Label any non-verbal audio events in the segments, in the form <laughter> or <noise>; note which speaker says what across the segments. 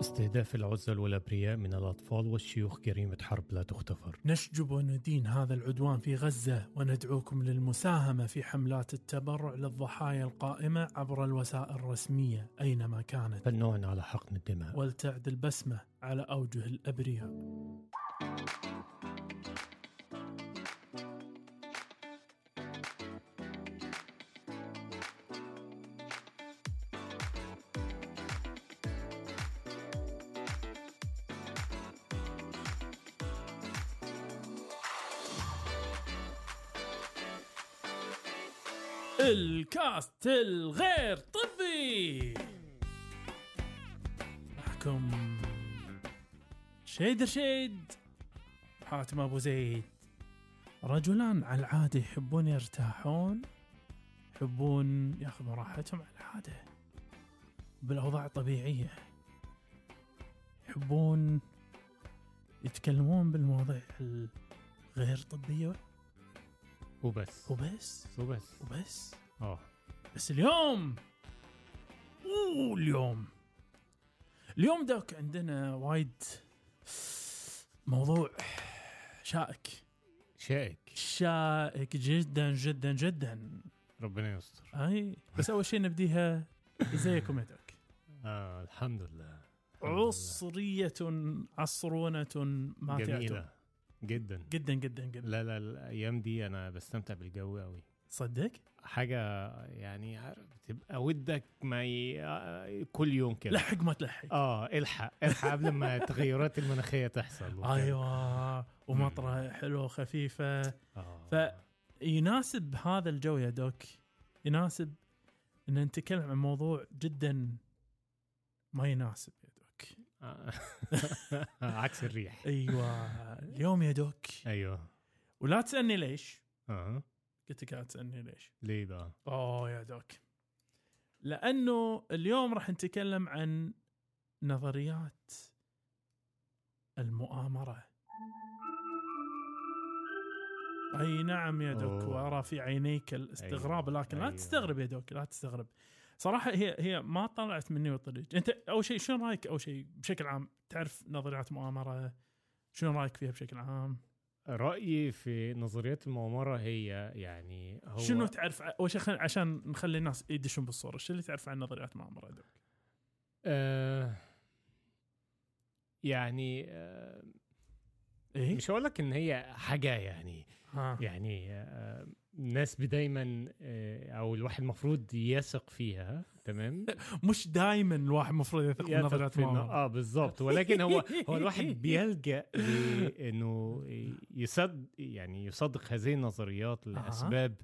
Speaker 1: استهداف العزل والأبرياء من الأطفال والشيوخ جريمة حرب لا تغتفر
Speaker 2: نشجب وندين هذا العدوان في غزة وندعوكم للمساهمة في حملات التبرع للضحايا القائمة عبر الوسائل الرسمية أينما كانت
Speaker 1: فلنعن على حقن الدماء
Speaker 2: ولتعد البسمة على أوجه الأبرياء الكاست الغير طبي معكم شيد رشيد حاتم ابو زيد رجلان على العاده يحبون يرتاحون يحبون ياخذون راحتهم على العاده بالاوضاع طبيعيه يحبون يتكلمون بالمواضيع الغير طبيه
Speaker 1: وبس
Speaker 2: وبس
Speaker 1: وبس
Speaker 2: وبس
Speaker 1: اه
Speaker 2: بس اليوم اوه اليوم اليوم دوك عندنا وايد موضوع شائك
Speaker 1: شائك
Speaker 2: شائك جدا جدا جدا
Speaker 1: ربنا يستر
Speaker 2: اي بس اول شيء نبديها ازيكم يا دوك
Speaker 1: آه الحمد لله
Speaker 2: عصرية عصرونة ما تعتم
Speaker 1: جميلة جدا
Speaker 2: جدا جدا جدا
Speaker 1: لا لا الأيام دي أنا بستمتع بالجو أوي
Speaker 2: صدق؟
Speaker 1: حاجة يعني عارف بتبقى ودك ما ي... آه، كل يوم كده
Speaker 2: لحق ما تلحق
Speaker 1: اه الحق الحق قبل
Speaker 2: <laughs>
Speaker 1: ما التغيرات المناخية تحصل وكده.
Speaker 2: ايوه ومطره حلوه خفيفه
Speaker 1: آه.
Speaker 2: ف- يناسب هذا الجو يا دوك يناسب ان نتكلم عن موضوع جدا ما يناسب يا دوك
Speaker 1: آه. <laughs> عكس الريح
Speaker 2: ايوه اليوم يا دوك أيوه.
Speaker 1: ايوه
Speaker 2: ولا تسالني ليش
Speaker 1: اه
Speaker 2: قلت لك لا تسالني ليش
Speaker 1: ليه بقى
Speaker 2: اوه يا دوك لانه اليوم راح نتكلم عن نظريات المؤامره اي نعم يا دوك
Speaker 1: أوه.
Speaker 2: وارى في عينيك الاستغراب
Speaker 1: أيوه،
Speaker 2: لكن لا
Speaker 1: أيوه.
Speaker 2: تستغرب يا دوك لا تستغرب صراحه هي هي ما طلعت مني وطريق انت اول شيء شنو رايك اول شيء بشكل عام تعرف نظريات مؤامره شنو رايك فيها بشكل عام
Speaker 1: رأيي في نظريات المؤامرة هي يعني هو
Speaker 2: شنو تعرف اول شيء خل- عشان نخلي الناس يدشون بالصوره شو اللي تعرف عن نظريات مؤامره دوك
Speaker 1: آه يعني آه
Speaker 2: ايه
Speaker 1: مش هقول لك ان هي حاجة يعني
Speaker 2: ها
Speaker 1: يعني آه ناس دايما آه او الواحد المفروض يثق فيها <laughs> تمام
Speaker 2: مش دائما الواحد المفروض يثق
Speaker 1: يثق
Speaker 2: بنظريات
Speaker 1: في إنه-
Speaker 2: مؤامره
Speaker 1: اه بالظبط ولكن هو هو <laughs> الواحد بيلجأ لانه يصد يعني يصدق هذه النظريات لاسباب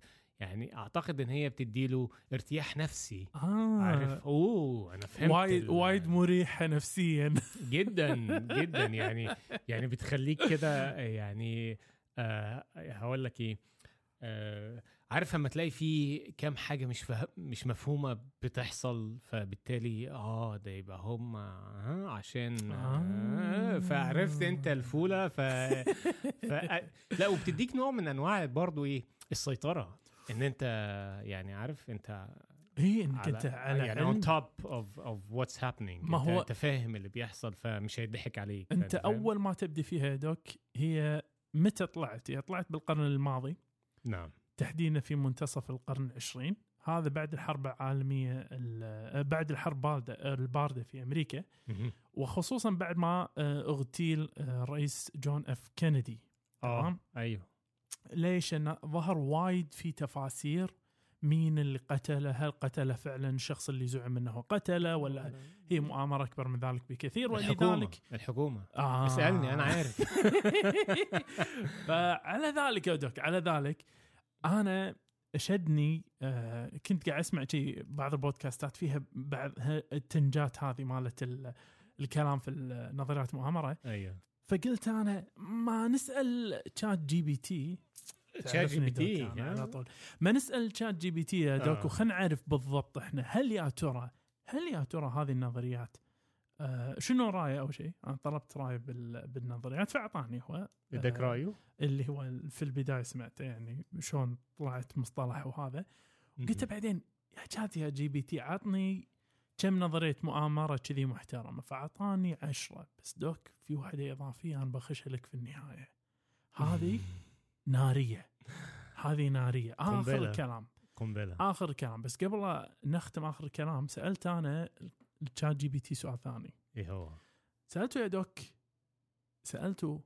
Speaker 1: يعني اعتقد ان هي بتديله ارتياح نفسي
Speaker 2: آه.
Speaker 1: عارف اوه انا فهمت
Speaker 2: وايد
Speaker 1: ال-
Speaker 2: وايد مريحه
Speaker 1: <laughs>
Speaker 2: نفسيا
Speaker 1: جدا جدا يعني يعني بتخليك كده يعني آه هقول لك ايه آه عارف لما تلاقي في كام حاجه مش فه... مش مفهومه بتحصل فبالتالي اه ده يبقى هم آه عشان آه
Speaker 2: آه.
Speaker 1: فعرفت انت الفوله ف... ف... لا وبتديك نوع من انواع برضو ايه السيطره ان انت يعني عارف انت
Speaker 2: اي انك انت إيه، على
Speaker 1: يعني
Speaker 2: علم.
Speaker 1: on top of of what's happening
Speaker 2: ما
Speaker 1: ما
Speaker 2: هو-
Speaker 1: هو انت فاهم اللي بيحصل فمش هيضحك عليك
Speaker 2: انت
Speaker 1: فاهم؟
Speaker 2: اول ما تبدي فيها يا دوك هي متى طلعت؟ هي طلعت بالقرن الماضي
Speaker 1: نعم
Speaker 2: تحديدا في منتصف القرن العشرين هذا بعد الحرب العالميه ال- آه، بعد الحرب بارده البارده في امريكا
Speaker 1: مهم.
Speaker 2: وخصوصا بعد ما آه، اغتيل آه، الرئيس جون اف كينيدي
Speaker 1: اه
Speaker 2: تمام.
Speaker 1: ايوه
Speaker 2: ليش؟ انه ظهر وايد في تفاسير مين اللي قتله؟ هل قتله فعلا الشخص اللي زعم انه قتله ولا هي مؤامره اكبر من ذلك بكثير
Speaker 1: الحكومه
Speaker 2: ولذلك
Speaker 1: الحكومه
Speaker 2: آه.
Speaker 1: اسالني انا عارف
Speaker 2: <laughs>
Speaker 1: <laughs>
Speaker 2: فعلى ذلك يا دوك على ذلك انا شدني آه، كنت قاعد اسمع شي بعض البودكاستات فيها بعض ه- التنجات هذه مالت ال- الكلام في ال- نظريات المؤامره
Speaker 1: ايوه
Speaker 2: فقلت انا ما نسال تشات جي بي تي
Speaker 1: تشات جي بي تي يعني.
Speaker 2: تعرفني دوك أنا على
Speaker 1: ها؟
Speaker 2: طول ما نسال تشات جي بي تي يا دوك
Speaker 1: آه.
Speaker 2: وخلينا نعرف بالضبط احنا هل يا ترى هل يا ترى هذه النظريات آه شنو رايه اول شيء؟ انا طلبت رايه بال- بالنظريات فاعطاني هو
Speaker 1: بدك رايه
Speaker 2: اللي هو في البدايه سمعته يعني شلون طلعت مصطلح وهذا قلت
Speaker 1: مهم.
Speaker 2: بعدين يا شات يا جي بي تي عطني كم نظريه مؤامره كذي محترمه فاعطاني عشرة بس دوك في واحده اضافيه انا بخشها لك في النهايه هذه ناريه هذه ناريه اخر
Speaker 1: قنبلة.
Speaker 2: الكلام
Speaker 1: قنبله
Speaker 2: اخر الكلام بس قبل لا نختم اخر الكلام سالت انا الشات جي بي تي سؤال ثاني
Speaker 1: ايه هو
Speaker 2: سالته يا دوك سالته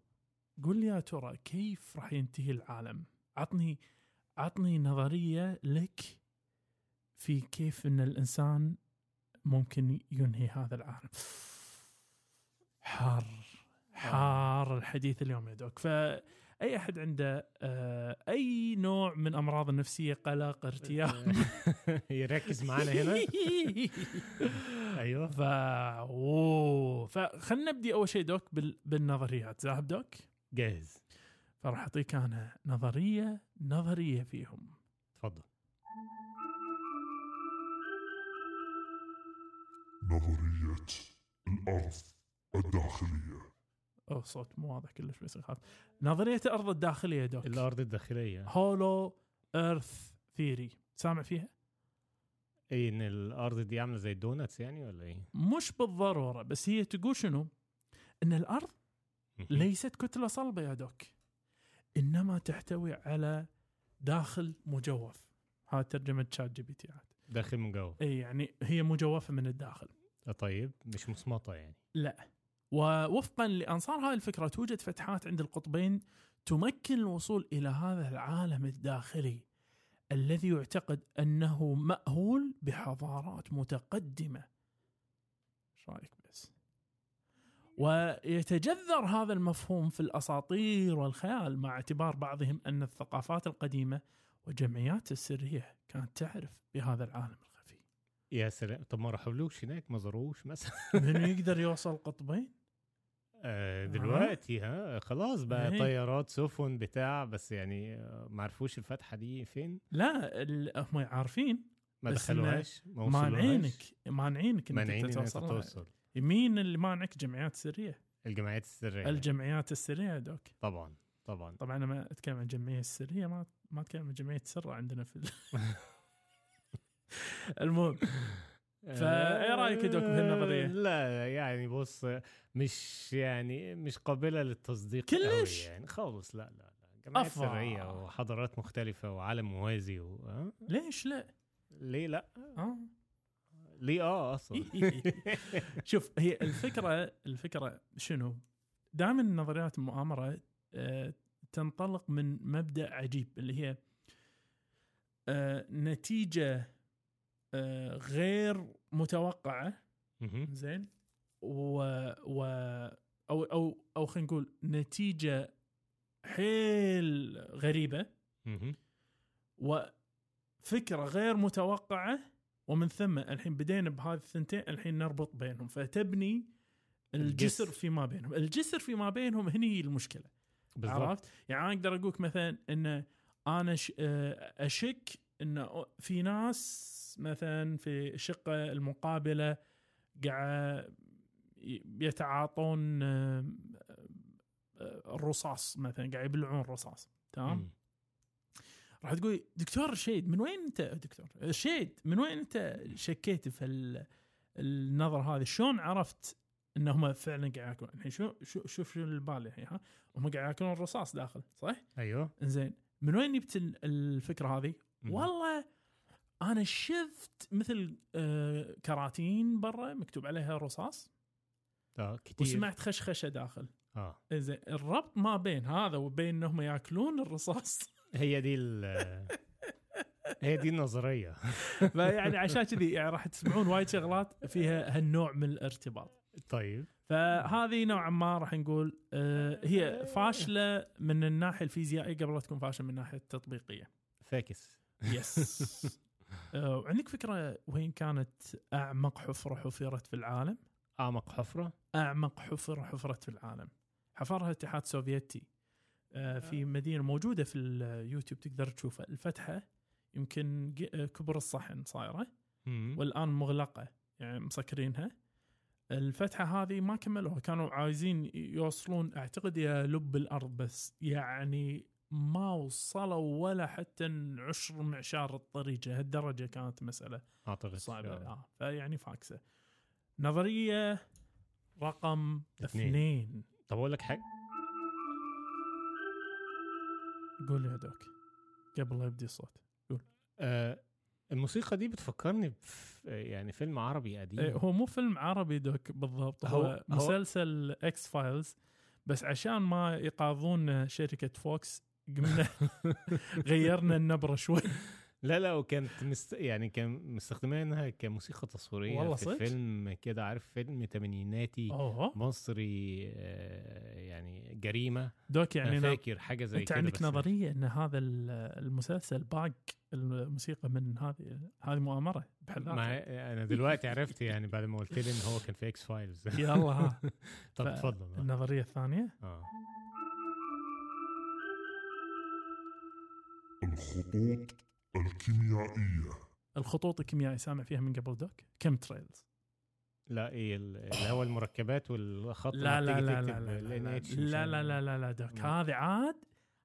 Speaker 2: قل لي يا ترى كيف راح ينتهي العالم؟ عطني عطني نظريه لك في كيف ان الانسان ممكن ينهي هذا العالم. حار حار الحديث اليوم يا دوك فاي احد عنده آه، اي نوع من امراض النفسيه قلق
Speaker 1: <laughs>
Speaker 2: ارتياح
Speaker 1: يركز معانا هنا
Speaker 2: <laughs>
Speaker 1: ايوه
Speaker 2: ف اوه فخلنا نبدي اول شيء دوك بال... بالنظريات زاهب دوك
Speaker 1: جاهز
Speaker 2: فراح اعطيك انا نظريه نظريه فيهم
Speaker 1: اتفضل
Speaker 3: نظرية الأرض الداخلية
Speaker 2: اوه صوت مو واضح كلش بس اخاف نظريه الارض الداخليه دوك
Speaker 1: الارض الداخليه
Speaker 2: هولو ايرث ثيري سامع فيها؟
Speaker 1: ايه ان الارض دي عامله زي الدوناتس يعني ولا ايه
Speaker 2: مش بالضروره بس هي تقول شنو؟ ان الارض ليست كتله صلبه يا دوك انما تحتوي على داخل مجوف هذا ترجمه شات جي بي تي عاد
Speaker 1: داخل من جوه
Speaker 2: اي يعني هي مجوفه من الداخل
Speaker 1: آه، طيب مش مصمطه يعني
Speaker 2: ووفقا لانصار هذه الفكره توجد فتحات عند القطبين تمكن الوصول الى هذا العالم الداخلي الذي يعتقد انه ماهول بحضارات متقدمه. ايش رايك بس؟ ويتجذر هذا المفهوم في الاساطير والخيال مع اعتبار بعضهم ان الثقافات القديمه والجمعيات السريه كانت تعرف بهذا العالم الخفي. <laughs>
Speaker 1: يا سلام طب ما رحبلوش هناك ما زاروش مثلا <laughs>
Speaker 2: من يقدر يوصل القطبين؟
Speaker 1: آه، دلوقتي ها خلاص بقى
Speaker 2: إيه.
Speaker 1: طيارات سفن بتاع بس يعني آه، ما عرفوش الفتحه دي فين
Speaker 2: لا ال- هم عارفين
Speaker 1: ما
Speaker 2: بس إنه
Speaker 1: دخلوهاش ما
Speaker 2: مانعينك مانعينك انك
Speaker 1: مانعين
Speaker 2: انت
Speaker 1: انك
Speaker 2: توصل لها.
Speaker 1: توصل
Speaker 2: مين اللي مانعك جمعيات سريه
Speaker 1: الجمعيات السريه
Speaker 2: الجمعيات السريه يا دوك
Speaker 1: طبعا طبعا
Speaker 2: طبعا انا ما اتكلم عن الجمعيه السريه ما ما اتكلم عن جمعيه سره عندنا في ال... <laughs> المهم فإيه رأيك يا دوك بهالنظرية؟
Speaker 1: أه، لا يعني بص مش يعني مش قابله للتصديق
Speaker 2: كلش؟
Speaker 1: قوي يعني خالص لا لا لا جمعيات
Speaker 2: أفا.
Speaker 1: سريه وحضارات مختلفه وعالم موازي و... آه؟
Speaker 2: ليش لا؟
Speaker 1: ليه لا
Speaker 2: آه.
Speaker 1: ليه اه اصلا
Speaker 2: إيه. شوف هي الفكره الفكره شنو؟ دائما نظريات المؤامره آه، تنطلق من مبدا عجيب اللي هي آه، نتيجه آه، غير متوقعه
Speaker 1: مهم.
Speaker 2: زين و, و او او او خلينا نقول نتيجه حيل غريبه
Speaker 1: مهم.
Speaker 2: وفكره غير متوقعه ومن ثم الحين بدينا بهذه الثنتين الحين نربط بينهم فتبني الجسر
Speaker 1: الجسر.
Speaker 2: فيما بينهم الجسر فيما بينهم هني المشكله
Speaker 1: بالظبط
Speaker 2: عرفت يعني انا اقدر اقولك مثلا ان انا ش- آه، اشك ان في ناس مثلا في الشقه المقابله قاعد ي- يتعاطون آه، آه، الرصاص مثلا قاعد يبلعون رصاص تمام
Speaker 1: مم.
Speaker 2: راح تقول دكتور رشيد من وين انت دكتور رشيد من وين انت شكيت في هال- النظر هذه شلون عرفت ان هم فعلا قاعد ياكلون الحين شو شو شوف شو اللي بالي الحين ها هم قاعد ياكلون رصاص داخل صح؟
Speaker 1: ايوه
Speaker 2: زين من وين جبت ال- الفكره هذه؟
Speaker 1: مم.
Speaker 2: والله انا شفت مثل آه كراتين برا مكتوب عليها رصاص
Speaker 1: اه كتير
Speaker 2: وسمعت خشخشه داخل
Speaker 1: اه
Speaker 2: زين الربط ما بين هذا وبين انهم ياكلون الرصاص <laughs>
Speaker 1: هي دي ال هي دي النظريه
Speaker 2: فيعني عشان كذي يعني راح تسمعون وايد شغلات فيها هالنوع من الارتباط
Speaker 1: طيب
Speaker 2: فهذه نوعا ما راح نقول آه، هي فاشله من الناحيه الفيزيائيه قبل لا تكون فاشله من الناحيه التطبيقيه
Speaker 1: فاكس
Speaker 2: يس وعندك فكره آه، وين كانت اعمق حفره حفرت في العالم
Speaker 1: اعمق حفره
Speaker 2: اعمق حفره حفرت في العالم حفرها الاتحاد السوفيتي آه، في مدينه موجوده في اليوتيوب تقدر تشوفها الفتحه يمكن ج- كبر الصحن صايره
Speaker 1: مم.
Speaker 2: والان مغلقه يعني مسكرينها الفتحه هذه ما كملوها كانوا عايزين يوصلون اعتقد الى لب الارض بس يعني ما وصلوا ولا حتى عشر معشار الطريقه هالدرجه كانت المساله
Speaker 1: اعتقد
Speaker 2: صعبه
Speaker 1: آه.
Speaker 2: آه. فيعني فاكسه نظريه رقم
Speaker 1: اثنين.
Speaker 2: اثنين
Speaker 1: طب اقول لك حاجه
Speaker 2: قول يا دوك قبل لا يبدي الصوت
Speaker 1: آه الموسيقى دي بتفكرني بف يعني فيلم عربي قديم
Speaker 2: إيه، هو مو فيلم عربي دوك بالضبط هو,
Speaker 1: هو-
Speaker 2: هو
Speaker 1: هو-
Speaker 2: مسلسل اكس فايلز بس عشان ما يقاضون شركه فوكس
Speaker 1: <laughs>
Speaker 2: قمنا غيرنا النبره شوي
Speaker 1: لا لا وكانت مست... يعني كان مستخدمينها انها كموسيقى تصويريه
Speaker 2: والله
Speaker 1: في
Speaker 2: صدق؟
Speaker 1: فيلم كده عارف فيلم تمانيناتي
Speaker 2: اوه
Speaker 1: مصري آه، يعني جريمه
Speaker 2: دوك
Speaker 1: يعني
Speaker 2: يعني
Speaker 1: انا
Speaker 2: نا-
Speaker 1: فاكر حاجه زي
Speaker 2: انت
Speaker 1: كده
Speaker 2: عندك
Speaker 1: بس- إيه.
Speaker 2: نظريه ان هذا ال- المسلسل باق الموسيقى من هذه هذه مؤامره بحد
Speaker 1: ما
Speaker 2: ذاتها.
Speaker 1: انا دلوقتي عرفت يعني بعد ما قلت لي ان هو كان في اكس فايلز
Speaker 2: <laughs> يلا ها
Speaker 1: <laughs> طب
Speaker 2: ف-
Speaker 1: اتفضل
Speaker 2: النظريه الثانيه
Speaker 1: اه
Speaker 3: الخطوط الكيميائية
Speaker 2: الخطوط الكيميائيه سامع فيها من قبل دوك كم تريلز
Speaker 1: لا ايه ال- اللي هو المركبات والخط
Speaker 2: لا
Speaker 1: لما
Speaker 2: لا
Speaker 1: بتيجي
Speaker 2: لا
Speaker 1: تكتب
Speaker 2: لا لا
Speaker 1: ال
Speaker 2: لا
Speaker 1: NH مش
Speaker 2: لا لا لا
Speaker 1: عارف.
Speaker 2: لا لا دوك
Speaker 1: مم.
Speaker 2: هذه عاد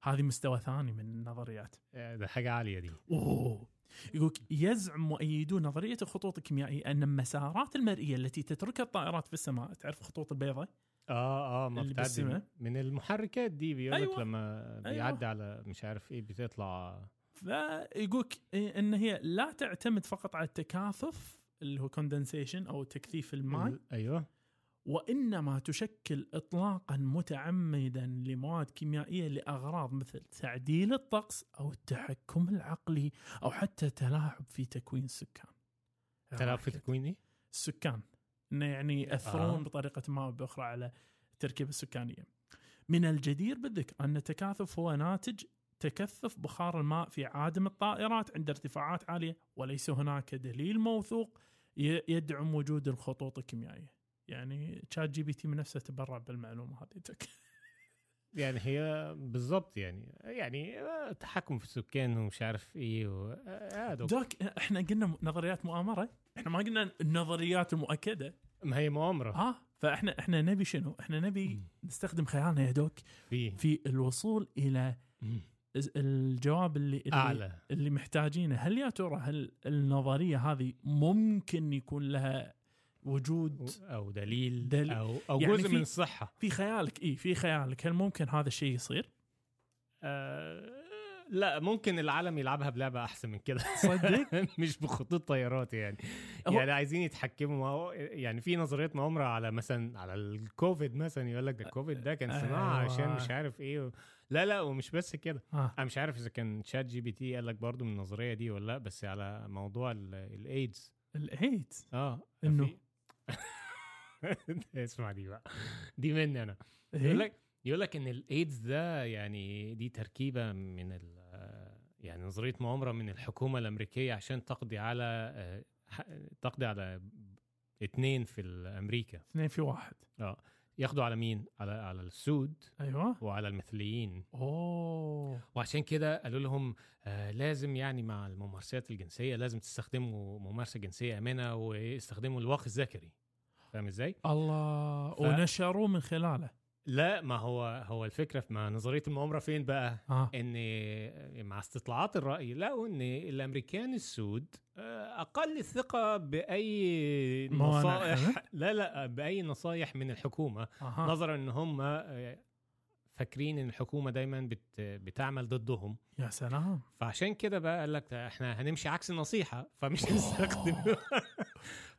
Speaker 2: هذه مستوى ثاني من النظريات
Speaker 1: آه، ده حاجه عاليه دي
Speaker 2: اوه يقولك يزعم مؤيدو نظريه الخطوط الكيميائيه ان المسارات المرئيه التي تتركها الطائرات في السماء تعرف الخطوط البيضاء
Speaker 1: اه اه ما
Speaker 2: اللي
Speaker 1: بتعدي
Speaker 2: بالسماء.
Speaker 1: من- من المحركات دي بيقول لك
Speaker 2: أيوة.
Speaker 1: لما بيعدي على مش عارف ايه بتطلع
Speaker 2: فيقولك ان هي لا تعتمد فقط على التكاثف اللي هو كوندنسيشن او تكثيف الماء
Speaker 1: ال- ايوه
Speaker 2: وانما تشكل اطلاقا متعمدا لمواد كيميائيه لاغراض مثل تعديل الطقس او التحكم العقلي او حتى تلاعب في تكوين السكان.
Speaker 1: تلعب في تكوين ايه؟
Speaker 2: السكان انه يعني ياثرون
Speaker 1: آه.
Speaker 2: آه. بطريقه ما او باخرى على التركيبه السكانيه. من الجدير بالذكر ان التكاثف هو ناتج تكثف بخار الماء في عادم الطائرات عند ارتفاعات عاليه وليس هناك دليل موثوق ي- يدعم وجود الخطوط الكيميائيه. يعني تشات جي بي تي من نفسه تبرع بالمعلومه هذه تك.
Speaker 1: يعني هي بالظبط يعني يعني آه، تحكم في السكان ومش عارف ايه و... آه، آه، دوك.
Speaker 2: دوك احنا قلنا نظريات مؤامره احنا ما قلنا النظريات المؤكده
Speaker 1: ما هي مؤامره
Speaker 2: ها فاحنا احنا نبي شنو؟ احنا نبي
Speaker 1: مم.
Speaker 2: نستخدم خيالنا يا دوك
Speaker 1: في
Speaker 2: في الوصول الى
Speaker 1: مم.
Speaker 2: الجواب اللي اللي,
Speaker 1: اعلى
Speaker 2: اللي محتاجينه هل يا ترى هل النظريه هذه ممكن يكون لها وجود
Speaker 1: و- او دليل,
Speaker 2: دليل.
Speaker 1: او او
Speaker 2: يعني
Speaker 1: جزء
Speaker 2: في-
Speaker 1: من الصحه
Speaker 2: في خيالك اي في خيالك هل ممكن هذا الشيء يصير
Speaker 1: آه لا ممكن العالم يلعبها بلعبه احسن من كده
Speaker 2: صدق
Speaker 1: <laughs> مش بخطوط طيارات يعني
Speaker 2: هو-
Speaker 1: يعني عايزين يتحكموا ما هو- يعني في نظريات مؤامره على مثلا على الكوفيد مثلا يقول لك ده الكوفيد ده كان صناعه
Speaker 2: أيوة.
Speaker 1: عشان مش عارف ايه و... لا لا ومش بس كده
Speaker 2: <laughs> آه.
Speaker 1: انا مش عارف اذا كان شات جي بي تي قال لك برضه من النظريه دي ولا لا بس على موضوع ال- الايدز
Speaker 2: الايدز
Speaker 1: اه
Speaker 2: إنه؟
Speaker 1: في- <laughs> اسمع دي بقى دي مني انا يقول
Speaker 2: إيه؟
Speaker 1: لك يقول لك ان الايدز ده يعني دي تركيبه من ال يعني نظريه مؤامره من الحكومه الامريكيه عشان تقضي على آه، ح- تقضي على اتنين في امريكا
Speaker 2: اثنين في واحد
Speaker 1: ياخدوا على مين؟ على على السود
Speaker 2: ايوه
Speaker 1: وعلى المثليين
Speaker 2: اوه
Speaker 1: وعشان كده قالوا لهم آه لازم يعني مع الممارسات الجنسيه لازم تستخدموا ممارسه جنسيه امنه واستخدموا الواقي الذكري فاهم ازاي؟
Speaker 2: الله
Speaker 1: ف-
Speaker 2: ونشروه من خلاله
Speaker 1: لا ما هو هو الفكره في ما نظريه المؤامره فين بقى؟
Speaker 2: اه
Speaker 1: ان مع استطلاعات الراي لقوا ان الامريكان السود آه، اقل الثقه باي
Speaker 2: موانع
Speaker 1: نصائح لا لا باي نصائح من الحكومه
Speaker 2: اها
Speaker 1: نظرا ان هم آه، فاكرين ان الحكومه دايما بت بتعمل ضدهم
Speaker 2: يا سلام
Speaker 1: فعشان كده بقى قال لك احنا هنمشي عكس النصيحه فمش <laughs> هنستخدم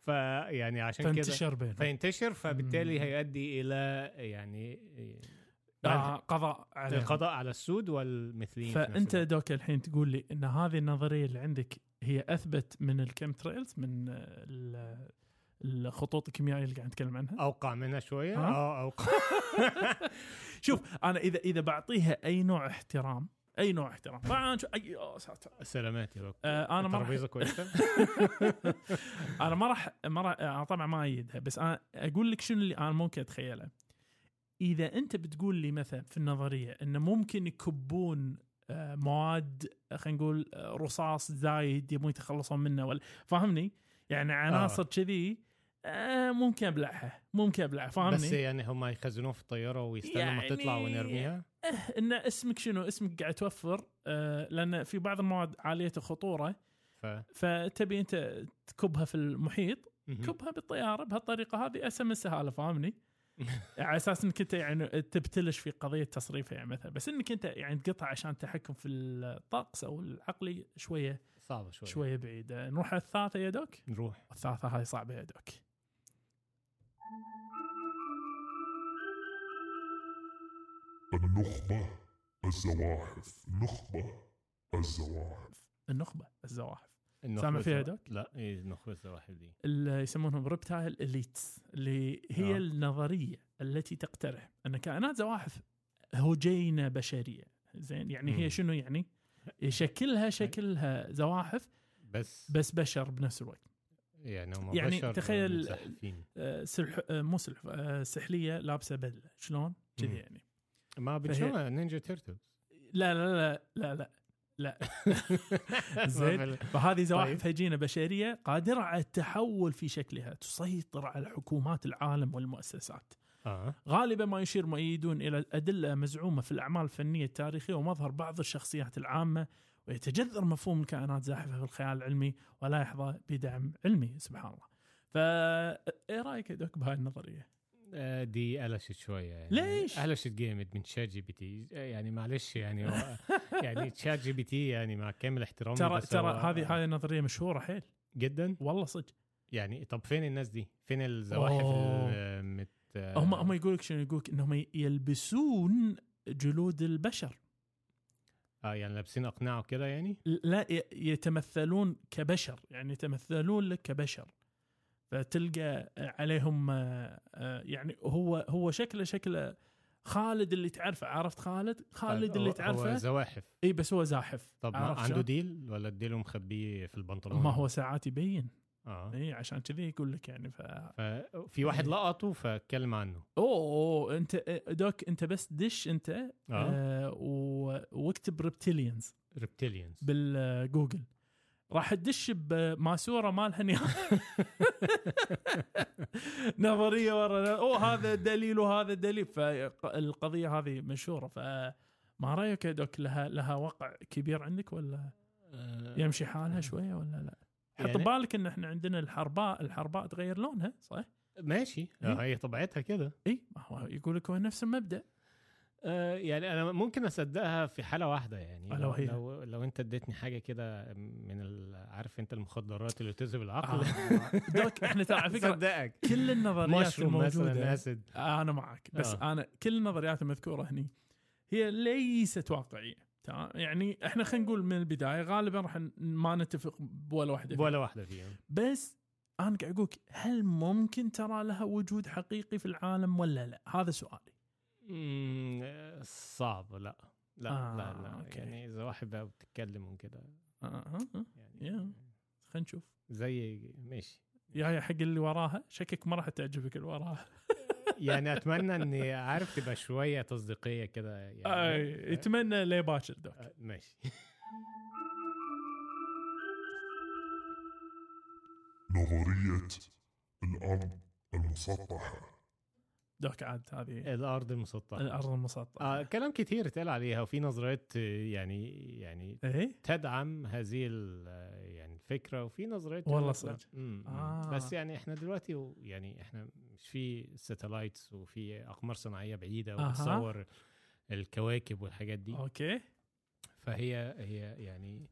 Speaker 1: فيعني عشان كده
Speaker 2: فانتشر بينهم
Speaker 1: فينتشر فبالتالي
Speaker 2: مم.
Speaker 1: هيؤدي الى يعني
Speaker 2: آه قضاء على
Speaker 1: القضاء على السود والمثليين في نفس
Speaker 2: فانت
Speaker 1: الوقت.
Speaker 2: دوك الحين تقول لي ان هذه النظريه اللي عندك هي اثبت من الكيم تريلز من ال- الخطوط الكيميائيه اللي قاعد نتكلم عنها
Speaker 1: اوقع منها شويه
Speaker 2: ها؟
Speaker 1: اه اوقع
Speaker 2: شوف انا اذا اذا بعطيها اي نوع احترام اي نوع احترام طبعا شو- أي- يا ساتر
Speaker 1: <laughs> سلامات يا رب
Speaker 2: آه، أنا ما راح-
Speaker 1: ترابيزه
Speaker 2: <laughs>
Speaker 1: كويسه
Speaker 2: انا ما راح ما راح أنا طبعا ما ايدها بس انا اقول لك شنو اللي انا ممكن اتخيله اذا انت بتقول لي مثلا في النظريه انه ممكن يكبون آه، مواد خلينا نقول آه، رصاص زايد يبون يتخلصون منه ولا فاهمني يعني عناصر كذي آه ممكن ابلعها ممكن ابلعها فاهمني
Speaker 1: بس يعني هم يخزنون في الطياره ويستنوا يعني... ما تطلع
Speaker 2: يعني-
Speaker 1: ونرميها
Speaker 2: ان اسمك شنو اسمك قاعد توفر آه لان في بعض المواد عاليه الخطوره
Speaker 1: ف
Speaker 2: فتبي انت تكبها في المحيط
Speaker 1: مهم.
Speaker 2: كبها بالطياره بهالطريقه هذه اسهل من سهاله فاهمني؟ على اساس انك انت يعني تبتلش في قضيه تصريفها يعني مثلا بس انك انت يعني تقطع عشان التحكم في الطقس او العقلي شويه
Speaker 1: صعبه شويه شوي.
Speaker 2: شويه بعيده نروح على الثالثه يا دوك
Speaker 1: نروح
Speaker 2: الثالثه هاي صعبه يا دوك
Speaker 3: النخبة الزواحف نخبة الزواحف
Speaker 2: النخبه الزواحف
Speaker 1: النخبة
Speaker 2: سامع فيها
Speaker 1: الزوا-
Speaker 2: دوك؟
Speaker 1: لا إيه، النخبه الزواحف دي
Speaker 2: اللي يسمونهم ريبتايل اليتس اللي هي
Speaker 1: آه.
Speaker 2: النظريه التي تقترح ان كائنات زواحف هجينه بشريه زين يعني
Speaker 1: مم.
Speaker 2: هي شنو يعني؟ شكلها شكلها زواحف
Speaker 1: بس, بس
Speaker 2: بس بشر بنفس الوقت
Speaker 1: يعني هم
Speaker 2: يعني
Speaker 1: بشر
Speaker 2: تخيل-
Speaker 1: متزحفين.
Speaker 2: آه، سلح... آه، مو سلح... آه، سحليه لابسه بدله شلون؟ كذي
Speaker 1: مم.
Speaker 2: يعني
Speaker 1: ما بتشوفها نينجا تيرتل
Speaker 2: <laughs>
Speaker 1: <laughs>
Speaker 2: لا لا لا لا لا زين فهذه
Speaker 1: طيب.
Speaker 2: زواحف هجينه بشريه قادره على التحول في شكلها تسيطر على حكومات العالم والمؤسسات
Speaker 1: اه
Speaker 2: غالبا ما يشير مؤيدون الى ادله مزعومه في الاعمال الفنيه التاريخيه ومظهر بعض الشخصيات العامه ويتجذر مفهوم الكائنات زاحفه في الخيال العلمي ولا يحظى بدعم علمي سبحان الله فايه رايك يا دوك بهاي النظريه؟
Speaker 1: آه، دي قلشت شويه يعني
Speaker 2: ليش؟
Speaker 1: قلشت جامد من تشات جي بي تي يعني معلش يعني
Speaker 2: <laughs>
Speaker 1: هو- يعني تشات جي بي تي يعني مع كامل احترامي
Speaker 2: ترى
Speaker 1: بس هو-
Speaker 2: ترى هذه هاي النظريه مشهوره حيل
Speaker 1: جدا
Speaker 2: والله صدق
Speaker 1: يعني طب فين الناس دي؟ فين الزواحف
Speaker 2: أوه.
Speaker 1: المت آه.
Speaker 2: هم هم يقولك شنو يقولك انهم يلبسون جلود البشر
Speaker 1: اه يعني لابسين اقنعه كده يعني؟
Speaker 2: لا ي- يتمثلون كبشر يعني يتمثلون لك كبشر فتلقى عليهم آه، آه، يعني هو هو شكله شكله خالد اللي تعرفه عرفت خالد خالد
Speaker 1: طيب،
Speaker 2: اللي
Speaker 1: هو- هو
Speaker 2: تعرفه
Speaker 1: زواحف
Speaker 2: اي بس هو زاحف
Speaker 1: طب ما
Speaker 2: عرفت
Speaker 1: عنده
Speaker 2: شلون؟
Speaker 1: ديل ولا الديل مخبيه في البنطلون؟
Speaker 2: ما هو ساعات يبين
Speaker 1: اه
Speaker 2: اي عشان كذي يقول لك يعني ف اوه
Speaker 1: ففي واحد لقطه فاتكلم عنه
Speaker 2: أوه انت دوك انت بس دش انت
Speaker 1: اه
Speaker 2: آه و- واكتب ريبتيليانز
Speaker 1: ريبتيليانز
Speaker 2: بالجوجل راح تدش بماسوره مالها نهايه نظريه ورا او هذا دليل وهذا دليل فالقضيه هذه مشهوره فما رايك يا دوك لها لها وقع كبير عندك ولا يمشي حالها شويه ولا لا؟ حط
Speaker 1: آه، يعني-
Speaker 2: بالك ان احنا عندنا الحرباء الحرباء تغير لونها صح؟
Speaker 1: ماشي
Speaker 2: إيه.
Speaker 1: آه، هي طبيعتها كده
Speaker 2: اي ما هو يقول لك هو نفس المبدا
Speaker 1: آه، يعني انا ممكن اصدقها في حاله واحده يعني
Speaker 2: ألا
Speaker 1: لو
Speaker 2: وهي؟
Speaker 1: لو, لو انت اديتني حاجه كده من ال- عارف انت المخدرات اللي تذهب
Speaker 2: آه.
Speaker 1: <laughs> العقل
Speaker 2: دوك احنا ترى على
Speaker 1: <laughs>
Speaker 2: فكره
Speaker 1: صدقك
Speaker 2: كل النظريات
Speaker 1: مشروم
Speaker 2: الموجوده
Speaker 1: مثلا اسد
Speaker 2: انا معك بس
Speaker 1: آه.
Speaker 2: آه. انا كل النظريات المذكوره هني هي ليست واقعيه تمام يعني احنا خلينا نقول من البدايه غالبا راح ن- ما نتفق بولا واحده فيها.
Speaker 1: ولا واحده فيهم
Speaker 2: بس انا قاعد اقولك هل ممكن ترى لها وجود حقيقي في العالم ولا لا؟ هذا سؤالي.
Speaker 1: مم، آه، صعب لا لا
Speaker 2: آه،
Speaker 1: لا لا
Speaker 2: أوكي.
Speaker 1: يعني اذا واحد بقى بتتكلم وكده
Speaker 2: آه، آه، آه.
Speaker 1: يعني
Speaker 2: خلينا نشوف.
Speaker 1: زي ماشي
Speaker 2: يا يا حق اللي وراها شكك ما راح تعجبك اللي وراها.
Speaker 1: يعني اتمنى اني عارف تبقى شويه تصديقيه كده
Speaker 2: آه،
Speaker 1: يعني
Speaker 2: يتمنى ليه باكر دوك.
Speaker 1: آه، ماشي <laughs>
Speaker 3: نظرية الأرض المسطحة
Speaker 2: دوك عاد هذه
Speaker 1: الارض المسطحه
Speaker 2: الارض المسطحه.
Speaker 1: آه كلام كتير اتقال عليها وفي نظريات آه، يعني يعني
Speaker 2: ايه
Speaker 1: تدعم هذه ال- آه، يعني الفكره وفي نظريات
Speaker 2: والله
Speaker 1: لا.
Speaker 2: صدق.
Speaker 1: مم، مم.
Speaker 2: آه.
Speaker 1: بس يعني احنا دلوقتي و- يعني احنا مش في ساتلايتس وفي اقمار صناعيه بعيده
Speaker 2: أها.
Speaker 1: وبتصور الكواكب والحاجات دي
Speaker 2: اوكي
Speaker 1: فهي هي يعني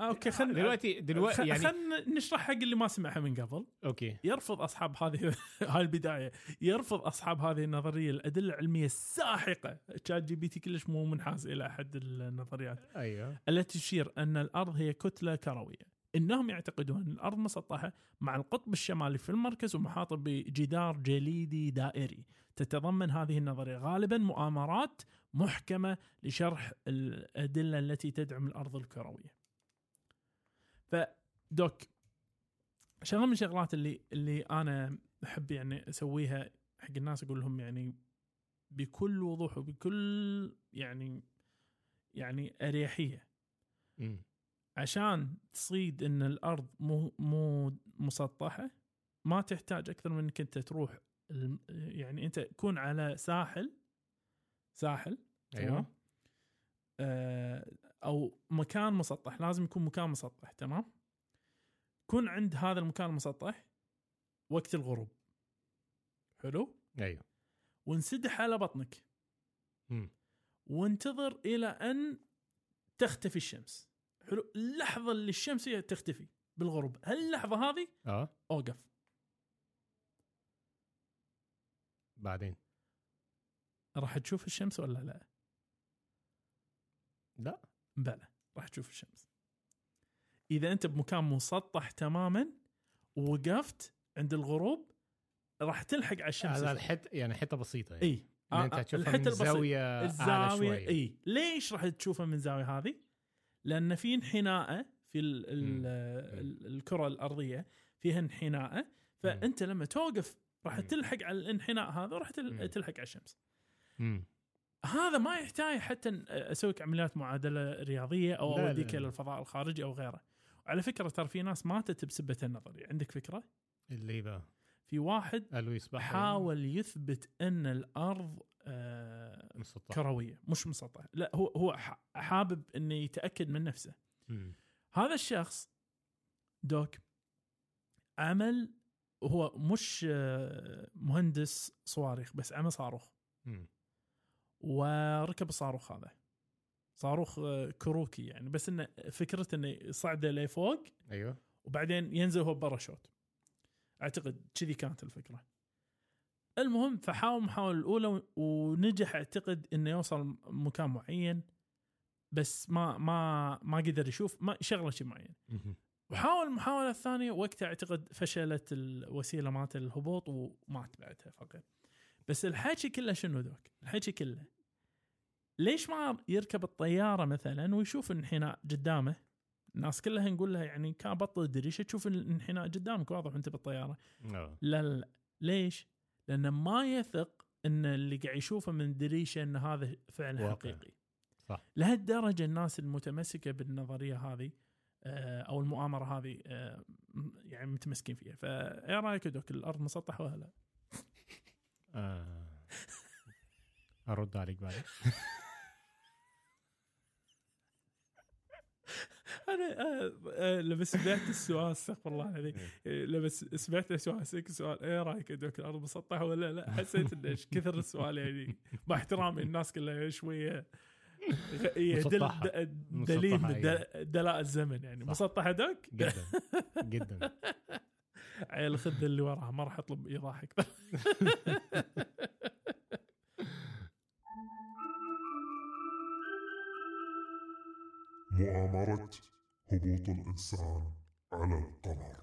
Speaker 2: اوكي خلينا
Speaker 1: دلوقتي دلوقتي
Speaker 2: يعني
Speaker 1: يعني
Speaker 2: خلينا نشرح حق اللي ما سمعها من قبل
Speaker 1: اوكي
Speaker 2: يرفض اصحاب هذه <laughs> هاي البدايه يرفض اصحاب هذه النظريه الادله العلميه الساحقه تشات جي بي تي كلش مو منحاز الى احد النظريات
Speaker 1: ايوه
Speaker 2: التي تشير ان الارض هي كتله كرويه انهم يعتقدون ان الارض مسطحه مع القطب الشمالي في المركز ومحاطه بجدار جليدي دائري تتضمن هذه النظريه غالبا مؤامرات محكمه لشرح الادله التي تدعم الارض الكرويه. فدوك شغله من الشغلات اللي اللي انا احب يعني اسويها حق الناس اقول لهم يعني بكل وضوح وبكل يعني يعني اريحيه
Speaker 1: مم.
Speaker 2: عشان تصيد ان الارض مو مو مسطحه ما تحتاج اكثر من انك انت تروح الم- يعني انت تكون على ساحل ساحل تمام
Speaker 1: ايوه
Speaker 2: آه، او مكان مسطح لازم يكون مكان مسطح تمام كن عند هذا المكان المسطح وقت الغروب حلو
Speaker 1: ايوه
Speaker 2: وانسدح على بطنك
Speaker 1: مم.
Speaker 2: وانتظر الى ان تختفي الشمس حلو اللحظه اللي الشمس هي تختفي بالغروب هاللحظه هذه
Speaker 1: اه
Speaker 2: اوقف
Speaker 1: بعدين
Speaker 2: راح تشوف الشمس ولا لا
Speaker 1: لا
Speaker 2: بلى راح تشوف الشمس اذا انت بمكان مسطح تماما ووقفت عند الغروب راح تلحق على الشمس
Speaker 1: هذا الحته يعني حته بسيطه يعني
Speaker 2: اي
Speaker 1: ان انت
Speaker 2: آه، آه،
Speaker 1: تشوفها
Speaker 2: الحتة
Speaker 1: من
Speaker 2: البسيطة.
Speaker 1: زاويه اعلى
Speaker 2: الزاويه
Speaker 1: شويه
Speaker 2: اي ليش راح تشوفها من الزاويه هذه؟ لان في انحناءه في ال ال
Speaker 1: مم.
Speaker 2: ال الكره الارضيه فيها انحناءه فانت لما توقف راح
Speaker 1: مم.
Speaker 2: تلحق على الانحناء هذا وراح
Speaker 1: مم.
Speaker 2: تل- تلحق على الشمس.
Speaker 1: مم.
Speaker 2: هذا ما يحتاج حتى إن اسويك عمليات معادله رياضيه او
Speaker 1: لا، لا،
Speaker 2: اوديك
Speaker 1: لا.
Speaker 2: الى الفضاء الخارجي او غيره. وعلى فكره ترى في ناس ماتت بسبه النظري، عندك فكره؟
Speaker 1: اللي بقى
Speaker 2: في واحد
Speaker 1: قالوا يصبح
Speaker 2: حاول يثبت ان الارض آه،
Speaker 1: مسطح
Speaker 2: كرويه مش مسطح لا هو هو ح- حابب انه يتاكد من نفسه
Speaker 1: مم.
Speaker 2: هذا الشخص دوك عمل هو مش آه، مهندس صواريخ بس عمل صاروخ
Speaker 1: مم.
Speaker 2: وركب الصاروخ هذا صاروخ آه، كروكي يعني بس انه فكرته انه صعده لفوق
Speaker 1: ايوه
Speaker 2: وبعدين ينزل هو بباراشوت اعتقد كذي كانت الفكره المهم فحاول المحاوله الاولى ونجح اعتقد انه يوصل مكان معين بس ما ما ما قدر يشوف ما شغله شيء معين
Speaker 1: مم.
Speaker 2: وحاول المحاوله الثانيه وقتها اعتقد فشلت الوسيله مالت الهبوط ومات بعدها فقط بس الحكي كله شنو ذوك الحكي كله ليش ما يركب الطياره مثلا ويشوف الانحناء قدامه الناس كلها نقول لها يعني كان بطل الدريشه تشوف الانحناء قدامك واضح وانت بالطياره
Speaker 1: آه.
Speaker 2: لا لا لا. ليش؟ لانه ما يثق ان اللي قاعد يشوفه من الدريشه ان هذا فعلا
Speaker 1: واقع.
Speaker 2: حقيقي.
Speaker 1: صح.
Speaker 2: لهالدرجه الناس المتمسكه بالنظريه هذه آه، او المؤامره هذه آه، م- يعني متمسكين فيها، فايه رايك يا دوك الارض مسطحه ولا لا؟
Speaker 1: آه. ارد عليك
Speaker 2: <laughs>
Speaker 1: بعدين
Speaker 2: انا آه، آه، لما سمعت السؤال استغفر الله العظيم
Speaker 1: إيه.
Speaker 2: آه، لما س- سمعت السؤال اسالك سؤال ايه رايك يا دوك الارض مسطحه ولا لا؟ حسيت انه إيش كثر السؤال يعني مع احترامي الناس كلها شويه غ- هي دل-
Speaker 1: مسطحة.
Speaker 2: د- دليل من
Speaker 1: مسطحة، إيه.
Speaker 2: دل- دلائل الزمن يعني
Speaker 1: صح.
Speaker 2: مسطحه دوك
Speaker 1: جدا جدا
Speaker 2: عيل خذ اللي وراها ما راح اطلب ايضاح اكثر
Speaker 3: مؤامرة هبوط الإنسان على القمر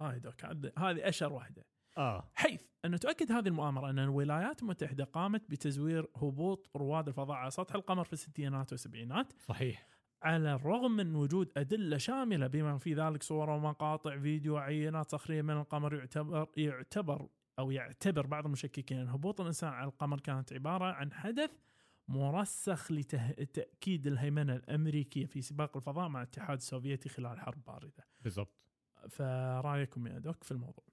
Speaker 2: هاي دوك عد- هذه اشهر واحده
Speaker 1: اه
Speaker 2: حيث ان تؤكد هذه المؤامره ان الولايات المتحده قامت بتزوير هبوط رواد الفضاء على سطح القمر في الستينات والسبعينات
Speaker 1: صحيح
Speaker 2: على الرغم من وجود أدلة شاملة بما في ذلك صور ومقاطع فيديو وعينات صخرية من القمر يعتبر يعتبر أو يعتبر بعض المشككين أن هبوط الإنسان على القمر كانت عبارة عن حدث مرسخ لتأكيد الهيمنة الأمريكية في سباق الفضاء مع الاتحاد السوفيتي خلال حرب باردة
Speaker 1: بالضبط
Speaker 2: فرأيكم يا دوك في الموضوع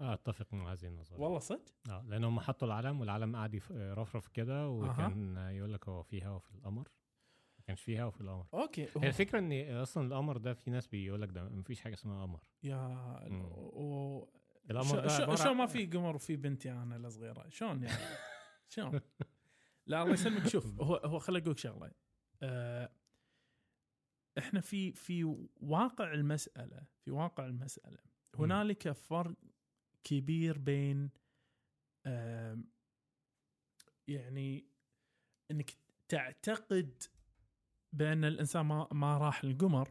Speaker 1: آه اتفق مع هذه النظريه
Speaker 2: والله صدق
Speaker 1: اه لان هم حطوا العلم والعلم قعد يف- يرفرف كده وكان يقول لك هو فيها وفي القمر ما كانش فيها وفي القمر
Speaker 2: أوكي
Speaker 1: هي الفكره ان اصلا القمر ده في ناس بيقول لك ده ما فيش حاجه اسمها قمر
Speaker 2: يا
Speaker 1: مم.
Speaker 2: و...
Speaker 1: القمر
Speaker 2: شو-
Speaker 1: ده
Speaker 2: شو-
Speaker 1: عبارة-
Speaker 2: شو ما في قمر وفي بنتي انا الصغيره شلون يعني شلون لا الله يسلمك شوف هو هو خليني اقول لك شغله آه، احنا في في واقع المساله في واقع المساله
Speaker 1: مم.
Speaker 2: هنالك فرق كبير بين آم، يعني انك تعتقد بان الانسان ما ما راح القمر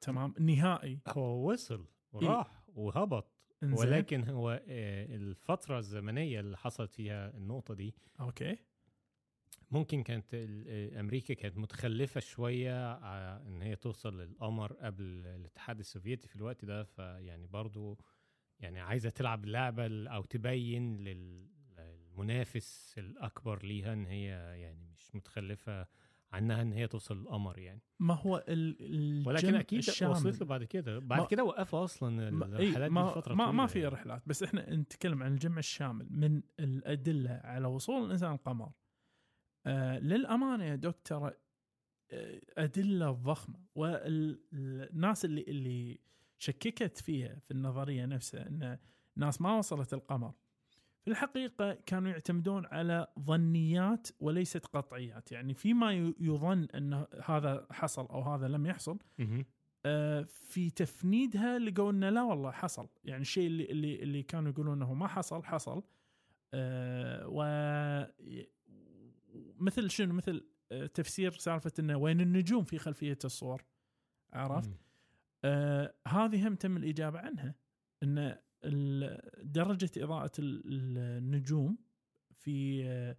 Speaker 2: تمام نهائي
Speaker 1: هو وصل وراح وهبط
Speaker 2: إنزين.
Speaker 1: ولكن هو آه، الفتره الزمنيه اللي حصلت فيها النقطه دي
Speaker 2: اوكي
Speaker 1: ممكن كانت ال- امريكا كانت متخلفه شويه ع- ان هي توصل للقمر قبل الاتحاد السوفيتي في الوقت ده فيعني برضو يعني عايزه تلعب لعبه ال- او تبين لل- للمنافس الاكبر ليها ان هي يعني مش متخلفه عنها ان هي توصل للقمر يعني
Speaker 2: ما هو ال
Speaker 1: ولكن
Speaker 2: الجم
Speaker 1: اكيد
Speaker 2: الشامل.
Speaker 1: وصلت له بعد كده بعد
Speaker 2: ما-
Speaker 1: كده وقفوا اصلا
Speaker 2: ما, إيه
Speaker 1: الرحلات دي
Speaker 2: ما,
Speaker 1: فتره
Speaker 2: ما,
Speaker 1: طويلة
Speaker 2: ما في
Speaker 1: يعني.
Speaker 2: رحلات بس احنا نتكلم عن الجمع الشامل من الادله على وصول الانسان القمر آه للامانه يا دكتور آه، ادله ضخمه والناس اللي اللي شككت فيها في النظريه نفسها ان ناس ما وصلت القمر في الحقيقه كانوا يعتمدون على ظنيات وليست قطعيات يعني فيما ي- يظن ان هذا حصل او هذا لم يحصل
Speaker 1: مهم.
Speaker 2: آه، في تفنيدها لقوا انه لا والله حصل يعني الشيء اللي اللي اللي كانوا يقولون انه ما حصل حصل آه، و مثل شنو مثل آه، تفسير سالفه انه وين النجوم في خلفيه الصور عرفت؟
Speaker 1: مم.
Speaker 2: آه، هذه هم تم الاجابه عنها ان ال- درجه اضاءه ال- النجوم في آه،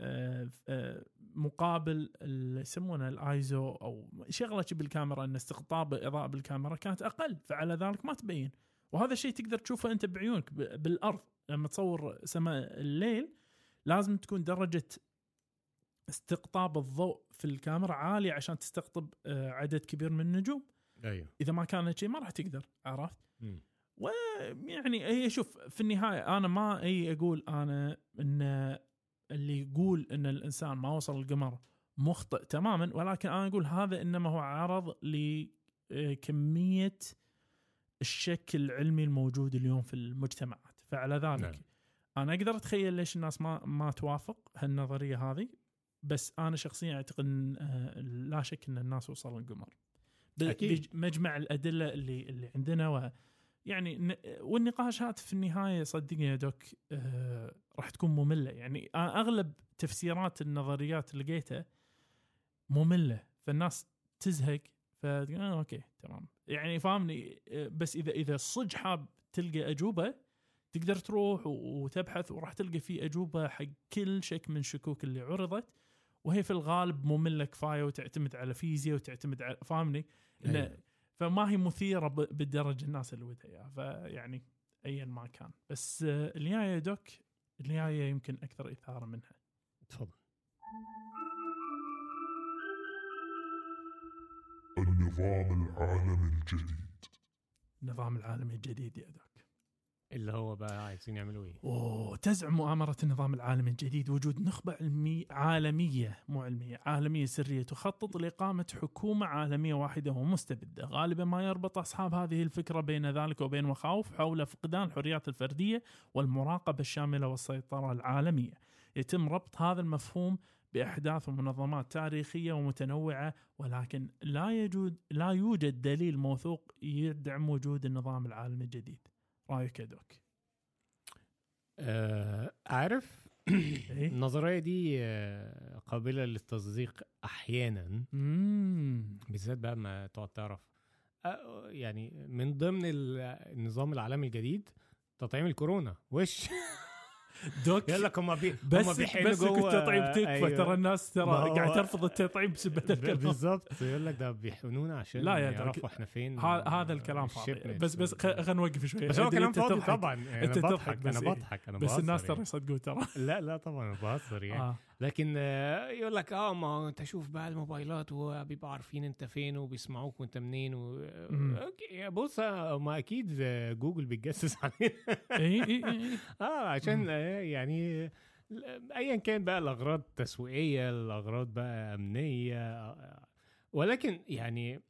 Speaker 2: آه، آه، مقابل اللي يسمونه الايزو او شغله شي بالكاميرا ان استقطاب الاضاءه بالكاميرا كانت اقل فعلى ذلك ما تبين وهذا الشيء تقدر تشوفه انت بعيونك ب- بالارض لما تصور سماء الليل لازم تكون درجه استقطاب الضوء في الكاميرا عاليه عشان تستقطب آه، عدد كبير من النجوم
Speaker 1: ايوه
Speaker 2: اذا ما كانت شيء ما راح تقدر عرفت
Speaker 1: مم.
Speaker 2: يعني هي شوف في النهايه انا ما اي اقول انا ان اللي يقول ان الانسان ما وصل القمر مخطئ تماما ولكن انا اقول هذا انما هو عرض لكميه الشك العلمي الموجود اليوم في المجتمعات فعلى ذلك
Speaker 1: نعم.
Speaker 2: نعم. انا اقدر اتخيل ليش الناس ما ما توافق هالنظريه هذه بس انا شخصيا اعتقد ان آه، لا شك ان الناس وصلوا القمر ب-
Speaker 1: أكيد.
Speaker 2: بمجمع الادله اللي اللي عندنا و يعني ن- والنقاشات في النهايه صدقني يا دوك آه، راح تكون ممله يعني أنا اغلب تفسيرات النظريات اللي لقيتها ممله فالناس تزهق فتقول آه اوكي تمام يعني فاهمني آه، بس اذا اذا صج حاب تلقى اجوبه تقدر تروح و- وتبحث وراح تلقى فيه اجوبه حق كل شك من الشكوك اللي عرضت وهي في الغالب ممله كفايه وتعتمد على فيزياء وتعتمد على فاهمني إنه-
Speaker 1: أيوة.
Speaker 2: فما هي مثيره ب- بالدرجه الناس اللي ودها اياها فيعني ايا ما كان بس آه، الجايه يا دوك الجايه يمكن اكثر اثاره منها
Speaker 1: تفضل
Speaker 3: النظام العالمي الجديد
Speaker 2: النظام العالمي الجديد يا دوك
Speaker 1: اللي هو بقى عايزين يعملوا ايه
Speaker 2: اوه تزعم مؤامرة النظام العالمي الجديد وجود نخبة علمي عالمية مو علمية عالمية سرية تخطط لإقامة حكومة عالمية واحدة ومستبدة غالبا ما يربط أصحاب هذه الفكرة بين ذلك وبين مخاوف حول فقدان الحريات الفردية والمراقبة الشاملة والسيطرة العالمية يتم ربط هذا المفهوم بأحداث ومنظمات تاريخية ومتنوعة ولكن لا يوجد لا يوجد دليل موثوق يدعم وجود النظام العالمي الجديد رأيك يا دوك
Speaker 1: آه عارف
Speaker 2: <coughs> إيه؟
Speaker 1: النظريه دي آه، قابله للتصديق احيانا
Speaker 2: امم
Speaker 1: بالذات بقى ما تقعد تعرف آه، يعني من ضمن ال- النظام العالمي الجديد تطعيم الكورونا وش <laughs>
Speaker 2: دوك
Speaker 1: يقول لك هم بي هم
Speaker 2: بس
Speaker 1: بيحينوا
Speaker 2: بس كنت
Speaker 1: جوه
Speaker 2: تطعيم تكفى
Speaker 1: أيوه.
Speaker 2: ترى الناس ترى
Speaker 1: ما هو-
Speaker 2: قاعد ترفض التطعيم
Speaker 1: ب- <laughs>
Speaker 2: بسبه الكلام
Speaker 1: بالظبط يقول لك ده بيحقنونا عشان
Speaker 2: لا
Speaker 1: لا
Speaker 2: يا
Speaker 1: يا
Speaker 2: دوك،
Speaker 1: يعرفوا احنا فين
Speaker 2: ه- هذا الكلام فاضي
Speaker 1: الشipment.
Speaker 2: بس بس خلينا نوقف شوي
Speaker 1: بس هو
Speaker 2: أدري
Speaker 1: كلام
Speaker 2: أنت
Speaker 1: فاضي
Speaker 2: تضحك،
Speaker 1: طبعا يعني
Speaker 2: أنت
Speaker 1: انا
Speaker 2: تضحك
Speaker 1: بضحك
Speaker 2: بس
Speaker 1: انا
Speaker 2: إيه.
Speaker 1: بضحك انا
Speaker 2: بس
Speaker 1: بهزر
Speaker 2: الناس ترى
Speaker 1: يعني.
Speaker 2: يصدقون
Speaker 1: <laughs>
Speaker 2: ترى
Speaker 1: لا لا طبعا انا بهزر يعني
Speaker 2: آه.
Speaker 1: لكن آه، يقول لك اه ما هو انت شوف بقى الموبايلات وبيبقوا عارفين انت فين وبيسمعوك وانت منين و...
Speaker 2: مم.
Speaker 1: اوكي بص آه، ما اكيد آه، جوجل بتجسس <laughs> علينا
Speaker 2: اي اي اي
Speaker 1: اه
Speaker 2: مم.
Speaker 1: عشان آه، يعني آه، ايا كان بقى الاغراض التسويقيه الاغراض بقى امنيه آه، ولكن يعني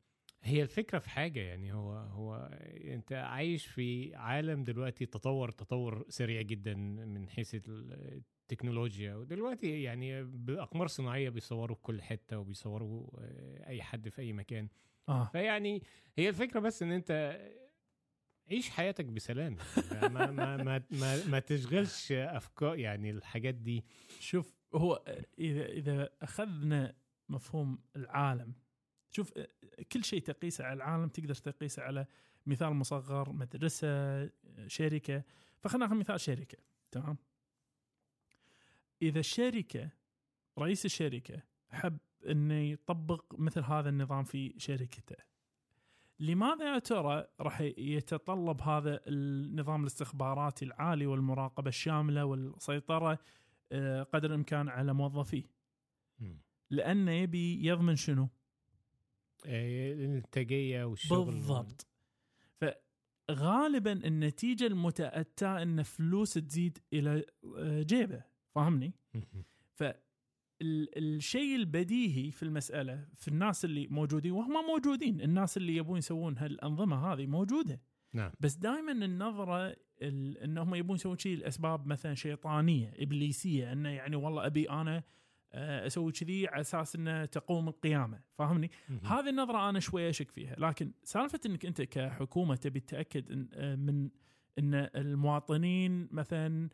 Speaker 1: هي الفكره في حاجه يعني هو هو انت عايش في عالم دلوقتي تطور تطور سريع جدا من حيث ال- التكنولوجيا ودلوقتي يعني باقمار صناعيه بيصوروا في كل حته وبيصوروا آه، اي حد في اي مكان
Speaker 2: اه
Speaker 1: فيعني هي الفكره بس ان انت عيش حياتك بسلام يعني ما ما ما ما, ما تشغلش افكار يعني الحاجات دي
Speaker 2: شوف هو اذا اذا اخذنا مفهوم العالم شوف كل شيء تقيسه على العالم تقدر تقيسه على مثال مصغر مدرسه شركه فخلينا ناخذ مثال شركه تمام اذا الشركه رئيس الشركه حب انه يطبق مثل هذا النظام في شركته لماذا يا ترى راح يتطلب هذا النظام الاستخباراتي العالي والمراقبه الشامله والسيطره آه، قدر الامكان على موظفيه لانه يبي يضمن شنو؟
Speaker 1: آه، الانتاجيه والشغل
Speaker 2: بالضبط فغالبا النتيجه المتاتاه ان فلوس تزيد الى آه، جيبه فاهمني؟ ال- الشيء البديهي في المساله في الناس اللي موجودين وهم موجودين الناس اللي يبون يسوون هالانظمه هذه موجوده
Speaker 1: نعم.
Speaker 2: بس دائما النظره ال- انهم يبون يسوون شيء لاسباب مثلا شيطانيه ابليسيه انه يعني والله ابي انا آه، اسوي كذي على اساس انه تقوم القيامه فاهمني؟ هذه النظره انا شوي اشك فيها لكن سالفه انك انت كحكومه تبي تتاكد إن- آه، من ان المواطنين مثلا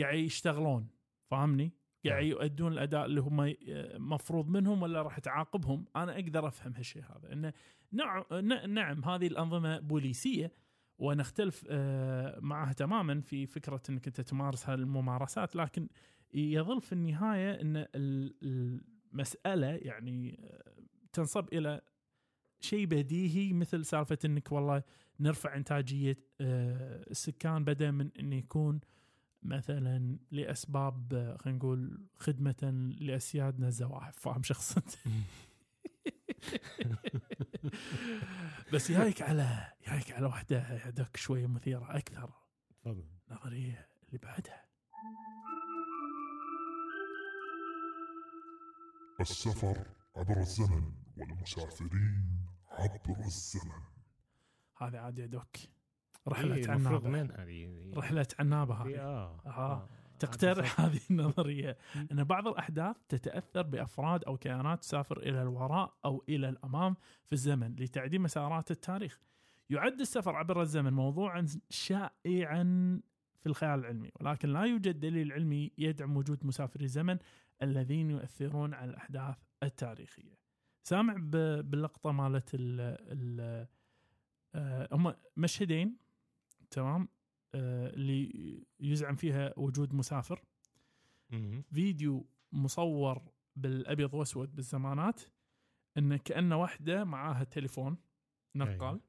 Speaker 2: قاعد يشتغلون فاهمني؟ قاعد
Speaker 1: نعم.
Speaker 2: يؤدون الاداء اللي هم ي- آه، مفروض منهم ولا راح تعاقبهم انا اقدر افهم هالشيء هذا انه نع- ن- نعم هذه الانظمه بوليسيه ونختلف آه، معها تماما في فكره انك انت تمارس هالممارسات لكن يظل في النهايه ان ال- المساله يعني آه، تنصب الى شيء بديهي مثل سالفه انك والله نرفع انتاجيه آه، السكان بدلا من ان يكون مثلا لاسباب آه، خلينا نقول خدمه لاسيادنا الزواحف فاهم شخص انت <laughs> بس جايك على جايك على واحده دوك شويه مثيره اكثر
Speaker 1: تفضل
Speaker 2: النظريه اللي بعدها
Speaker 3: السفر عبر الزمن والمسافرين عبر الزمن
Speaker 2: هذه عادي يا دوك
Speaker 1: إيه،
Speaker 2: رحله
Speaker 1: المفروض
Speaker 2: عنابه
Speaker 1: منها دي- دي-
Speaker 2: رحله عنابه
Speaker 1: دي-
Speaker 2: هذه
Speaker 1: اه
Speaker 2: آه.
Speaker 1: آه.
Speaker 2: تقترح هذه النظريه
Speaker 1: م.
Speaker 2: ان بعض الاحداث تتاثر بافراد او كيانات تسافر الى الوراء او الى الامام في الزمن لتعديل مسارات التاريخ. يعد السفر عبر الزمن موضوعا شائعا في الخيال العلمي ولكن لا يوجد دليل علمي يدعم وجود مسافري الزمن الذين يؤثرون على الاحداث التاريخيه. سامع ب- باللقطه مالت ال ال آه، هم مشهدين تمام آه، اللي يزعم فيها وجود مسافر
Speaker 1: مهم.
Speaker 2: فيديو مصور بالابيض واسود بالزمانات انه كانه واحده معاها تليفون نقال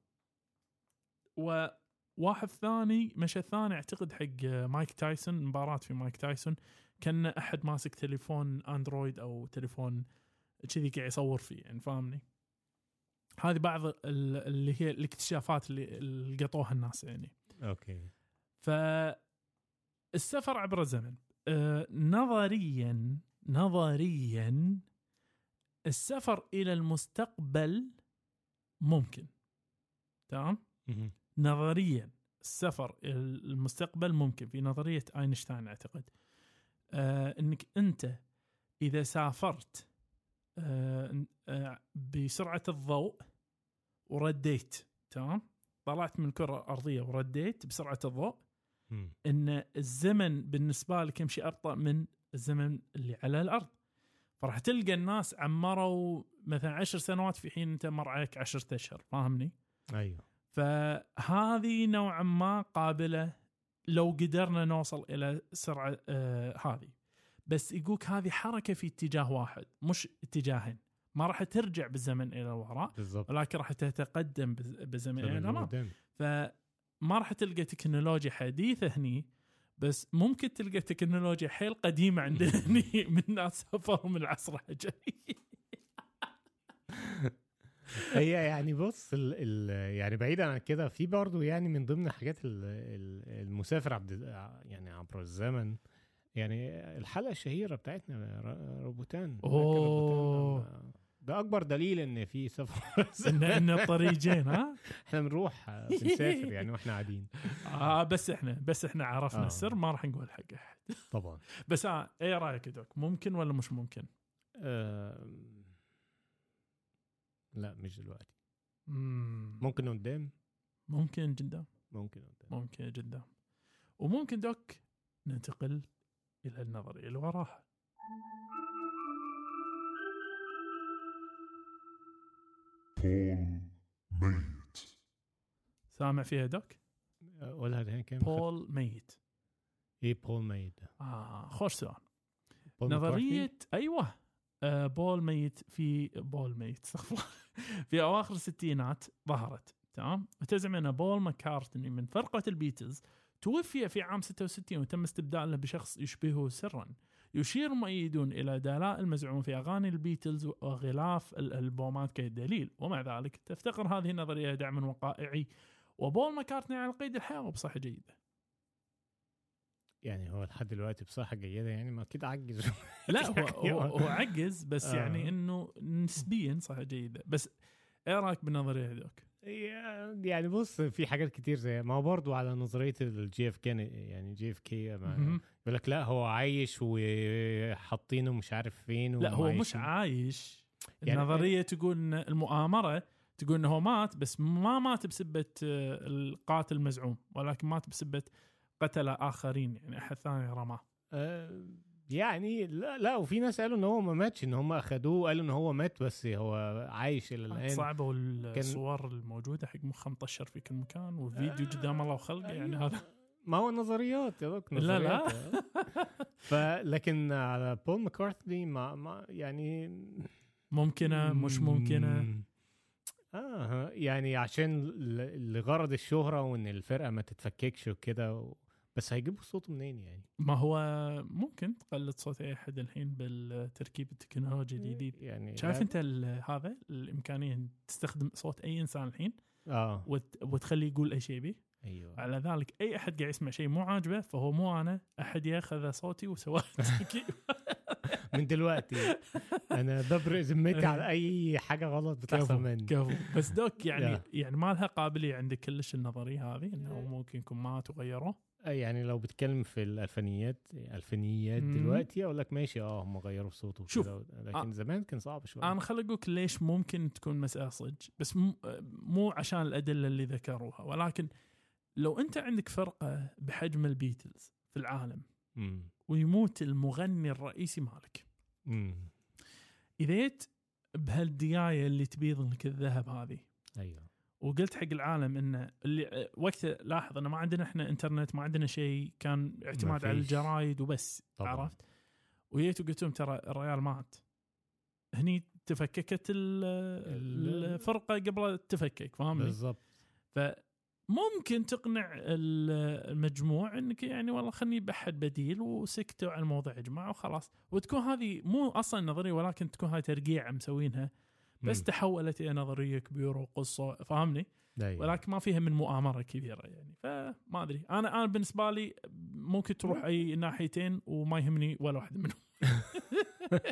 Speaker 2: وواحد ثاني مشى ثاني اعتقد حق مايك تايسون مباراه في مايك تايسون كان احد ماسك تليفون اندرويد او تليفون كذي قاعد يصور فيه يعني فاهمني هذه بعض ال- اللي هي الاكتشافات اللي اللي لقطوها الناس يعني
Speaker 1: اوكي
Speaker 2: فالسفر عبر الزمن آه، نظريا نظريا السفر الى المستقبل ممكن تمام
Speaker 1: مهم.
Speaker 2: نظريا السفر الى المستقبل ممكن في نظريه اينشتاين اعتقد آه انك انت اذا سافرت آه آه بسرعه الضوء ورديت تمام طلعت من الكره الارضيه ورديت بسرعه الضوء
Speaker 1: مم.
Speaker 2: ان الزمن بالنسبه لك يمشي ابطا من الزمن اللي على الارض فراح تلقى الناس عمروا مثلا عشر سنوات في حين انت مر عليك عشرة اشهر فاهمني؟
Speaker 1: ايوه
Speaker 2: فهذه نوعا ما قابله لو قدرنا نوصل الى سرعه آه هذه بس يقولك هذه حركه في اتجاه واحد مش اتجاهين ما راح ترجع بالزمن الى الوراء
Speaker 1: بالضبط
Speaker 2: ولكن راح تتقدم بالز- بالزمن الى
Speaker 1: زمن
Speaker 2: الامام
Speaker 1: قدام.
Speaker 2: فما راح تلقى تكنولوجيا حديثه هني بس ممكن تلقى تكنولوجيا حيل قديمه عندنا <laughs> هني من ناس سافروا من العصر <laughs> الحجري
Speaker 1: هي يعني بص ال ال يعني بعيدا عن كده في برضه يعني من ضمن حاجات ال- ال- المسافر عبد يعني عبر الزمن يعني الحلقه الشهيره بتاعتنا ر- روبوتان فاكر
Speaker 2: أوه.
Speaker 1: روبوتان لما- ده اكبر دليل ان في سفر <laughs>
Speaker 2: إن- ان الطريقين ها
Speaker 1: احنا بنروح بنسافر يعني واحنا قاعدين
Speaker 2: آه بس احنا بس احنا عرفنا
Speaker 1: آه.
Speaker 2: السر ما راح نقول حق احد
Speaker 1: طبعا
Speaker 2: بس آه ايه رايك يا دوك ممكن ولا مش ممكن؟
Speaker 1: آم، لا مش دلوقتي
Speaker 2: مم،
Speaker 1: ممكن قدام
Speaker 2: ممكن جدا
Speaker 1: ممكن قدام
Speaker 2: ممكن جدا وممكن دوك ننتقل الى النظريه اللي وراها
Speaker 3: بول ميت
Speaker 2: سامع فيها دوك؟
Speaker 1: قولها ده كام
Speaker 2: بول ميت
Speaker 1: ايه بول ميد ده؟
Speaker 2: اه خوش سؤال
Speaker 1: بول مكارتني؟
Speaker 2: نظريه ايوه آه، بول ميت في بول ميت استغفر الله. <laughs> في اواخر الستينات ظهرت تمام وتزعم ان بول مكارتني من فرقه البيتلز توفي في عام 66 وتم استبداله بشخص يشبهه سرا يشير مؤيدون إلى دلاء المزعوم في أغاني البيتلز وغلاف الألبومات كدليل ومع ذلك تفتقر هذه النظرية دعما وقائعي وبول مكارتني على قيد الحياة وبصحة جيدة
Speaker 1: يعني هو لحد دلوقتي بصحه جيده يعني ما اكيد عجز <laughs>
Speaker 2: لا هو, هو,
Speaker 1: يعني-
Speaker 2: هو عجز بس
Speaker 1: آه.
Speaker 2: يعني أنه نسبيا صحة جيدة بس إيه رأيك بالنظرية هذوك
Speaker 1: يعني بص في حاجات كتير زي ما هو برضه على نظريه الجي اف كان يعني جي اف كي يقول
Speaker 2: مهم.
Speaker 1: لك لا هو عايش وحاطينه مش عارف فين
Speaker 2: لا هو
Speaker 1: ومعايشين.
Speaker 2: مش عايش
Speaker 1: يعني-
Speaker 2: النظريه تقول ان المؤامره تقول انه هو مات بس ما مات بسبه آه، القاتل المزعوم ولكن مات بسبه قتل اخرين يعني احد ثاني رماه
Speaker 1: آه، يعني لا لا وفي ناس قالوا ان هو ما ماتش ان هم اخدوه وقالوا ان هو مات بس هو عايش الى الان
Speaker 2: صعبه والصور الموجوده حق مخه مطشر في كل مكان
Speaker 1: آه،
Speaker 2: والفيديو قدام الله وخلقه يعني
Speaker 1: أيوة.
Speaker 2: هذا
Speaker 1: ما هو نظريات يا دوك
Speaker 2: لا، لا.
Speaker 1: نظريات فلكن على بول مكارتني ما, ما يعني
Speaker 2: ممكنه مش ممكنه
Speaker 1: مم. اه يعني عشان ل- لغرض الشهرة وان الفرقة ما تتفككش وكده و... بس هيجيبوا صوته منين يعني؟
Speaker 2: ما هو ممكن تقلد صوت اي احد الحين بالتركيب التكنولوجي الجديد
Speaker 1: يعني
Speaker 2: شايف
Speaker 1: لا-
Speaker 2: انت ال- هذا الامكانيه إن تستخدم صوت اي انسان الحين
Speaker 1: اه
Speaker 2: وت... وتخليه يقول اي شيء بيه
Speaker 1: ايوه
Speaker 2: على ذلك اي احد قاعد يسمع شيء مو عاجبه فهو مو انا احد ياخذ صوتي وسواه <laughs> تركيب.
Speaker 1: من دلوقتي انا ببرئ ذمتي على اي حاجة غلط بتحصل مني
Speaker 2: كفو بس دوك يعني
Speaker 1: يا.
Speaker 2: يعني ما لها قابليه عندك كلش النظريه هذه انه ممكن يكون مات وغيروه
Speaker 1: آه، يعني لو بتكلم في الالفينيات الفينيات
Speaker 2: مم.
Speaker 1: دلوقتي اقول لك ماشي اه هم غيروا صوته وكده،
Speaker 2: شوف، آه،
Speaker 1: لكن زمان كان صعب شويه
Speaker 2: انا خل اقول ليش ممكن تكون مساله صدق بس م- مو عشان الادله اللي ذكروها ولكن لو انت عندك فرقه بحجم البيتلز في العالم
Speaker 1: مم.
Speaker 2: ويموت المغني الرئيسي مالك
Speaker 1: مم.
Speaker 2: اذا جيت بهالديايه اللي تبيض لك الذهب هذه
Speaker 1: ايوه
Speaker 2: وقلت حق العالم انه اللي وقتها لاحظ انه ما عندنا احنا انترنت ما عندنا شيء كان اعتماد على
Speaker 1: فيش.
Speaker 2: الجرايد وبس
Speaker 1: طبعاً.
Speaker 2: عرفت وجيت وقلت لهم ترى الريال مات هني تفككت ال-
Speaker 1: ال-
Speaker 2: الفرقه قبل تفكك فاهمني
Speaker 1: بالظبط
Speaker 2: فممكن تقنع ال- المجموع انك يعني والله خلني بحد بديل وسكتوا على الموضوع يا جماعه وخلاص وتكون هذه مو اصلا نظريه ولكن تكون هاي ترقيع مسوينها بس
Speaker 1: مم.
Speaker 2: تحولت الى نظريه كبيره وقصه فاهمني؟
Speaker 1: أيوة.
Speaker 2: ولكن ما فيها من مؤامره كبيره يعني فما ادري انا انا بالنسبه لي ممكن تروح اي ناحيتين وما يهمني ولا واحد منهم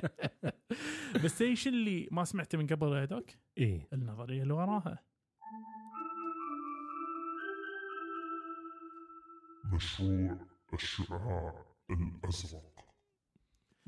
Speaker 2: <laughs> بس ايش اللي ما سمعته من قبل يا دوك؟
Speaker 1: ايه
Speaker 2: النظريه اللي وراها
Speaker 3: مشروع الشعاع الأزرق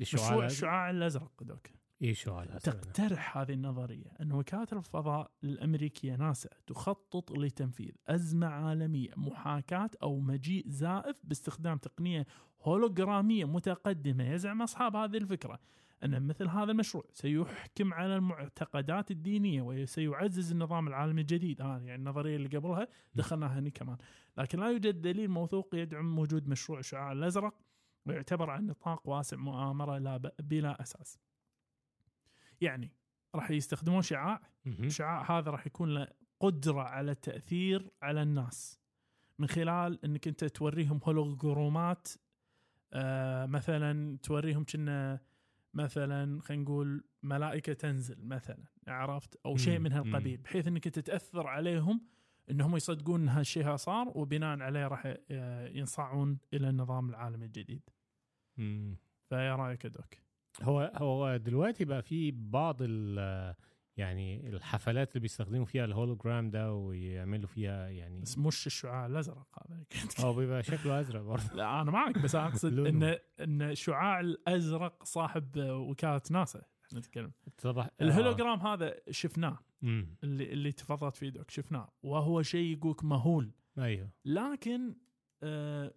Speaker 2: مشروع
Speaker 1: الشعاع الأزرق.
Speaker 2: الشعاع الازرق دوك
Speaker 1: ايه الشعاع الأزرق ده؟
Speaker 2: تقترح هذه النظريه ان وكاله الفضاء الامريكيه ناسا تخطط لتنفيذ ازمه عالميه محاكاه او مجيء زائف باستخدام تقنيه هولوغراميه متقدمه يزعم اصحاب هذه الفكره ان مثل هذا المشروع سيحكم على المعتقدات الدينيه وسيعزز النظام العالمي الجديد آه يعني النظريه اللي قبلها دخلناها هني كمان لكن لا يوجد دليل موثوق يدعم وجود مشروع الشعاع الازرق ويعتبر عن نطاق واسع مؤامره لا ب... بلا اساس. يعني راح يستخدمون شعاع،
Speaker 1: مهم.
Speaker 2: الشعاع هذا راح يكون له قدره على التاثير على الناس من خلال انك انت توريهم هولوغرامات آه مثلا توريهم كنا مثلا خلينا نقول ملائكه تنزل مثلا عرفت او شيء
Speaker 1: مم،
Speaker 2: من
Speaker 1: مم.
Speaker 2: هالقبيل بحيث انك انت تاثر عليهم انهم يصدقون ان هالشيء هذا صار وبناء عليه راح آه، ينصاعون الى النظام العالمي الجديد.
Speaker 1: مم.
Speaker 2: فيا رايك يا دوك
Speaker 1: هو هو دلوقتي بقى في بعض ال يعني الحفلات اللي بيستخدموا فيها الهولوجرام ده ويعملوا فيها يعني
Speaker 2: بس مش الشعاع الازرق هذا
Speaker 1: هو بيبقى شكله ازرق <laughs> برضه
Speaker 2: لا انا معك بس أنا اقصد ان
Speaker 1: لونه.
Speaker 2: ان الشعاع الازرق صاحب وكاله ناسا احنا نتكلم
Speaker 1: آه. طبعا
Speaker 2: الهولوجرام هذا شفناه
Speaker 1: امم
Speaker 2: اللي اللي تفضلت فيه دوك شفناه وهو شيء يقولك مهول
Speaker 1: ايوه
Speaker 2: لكن آه،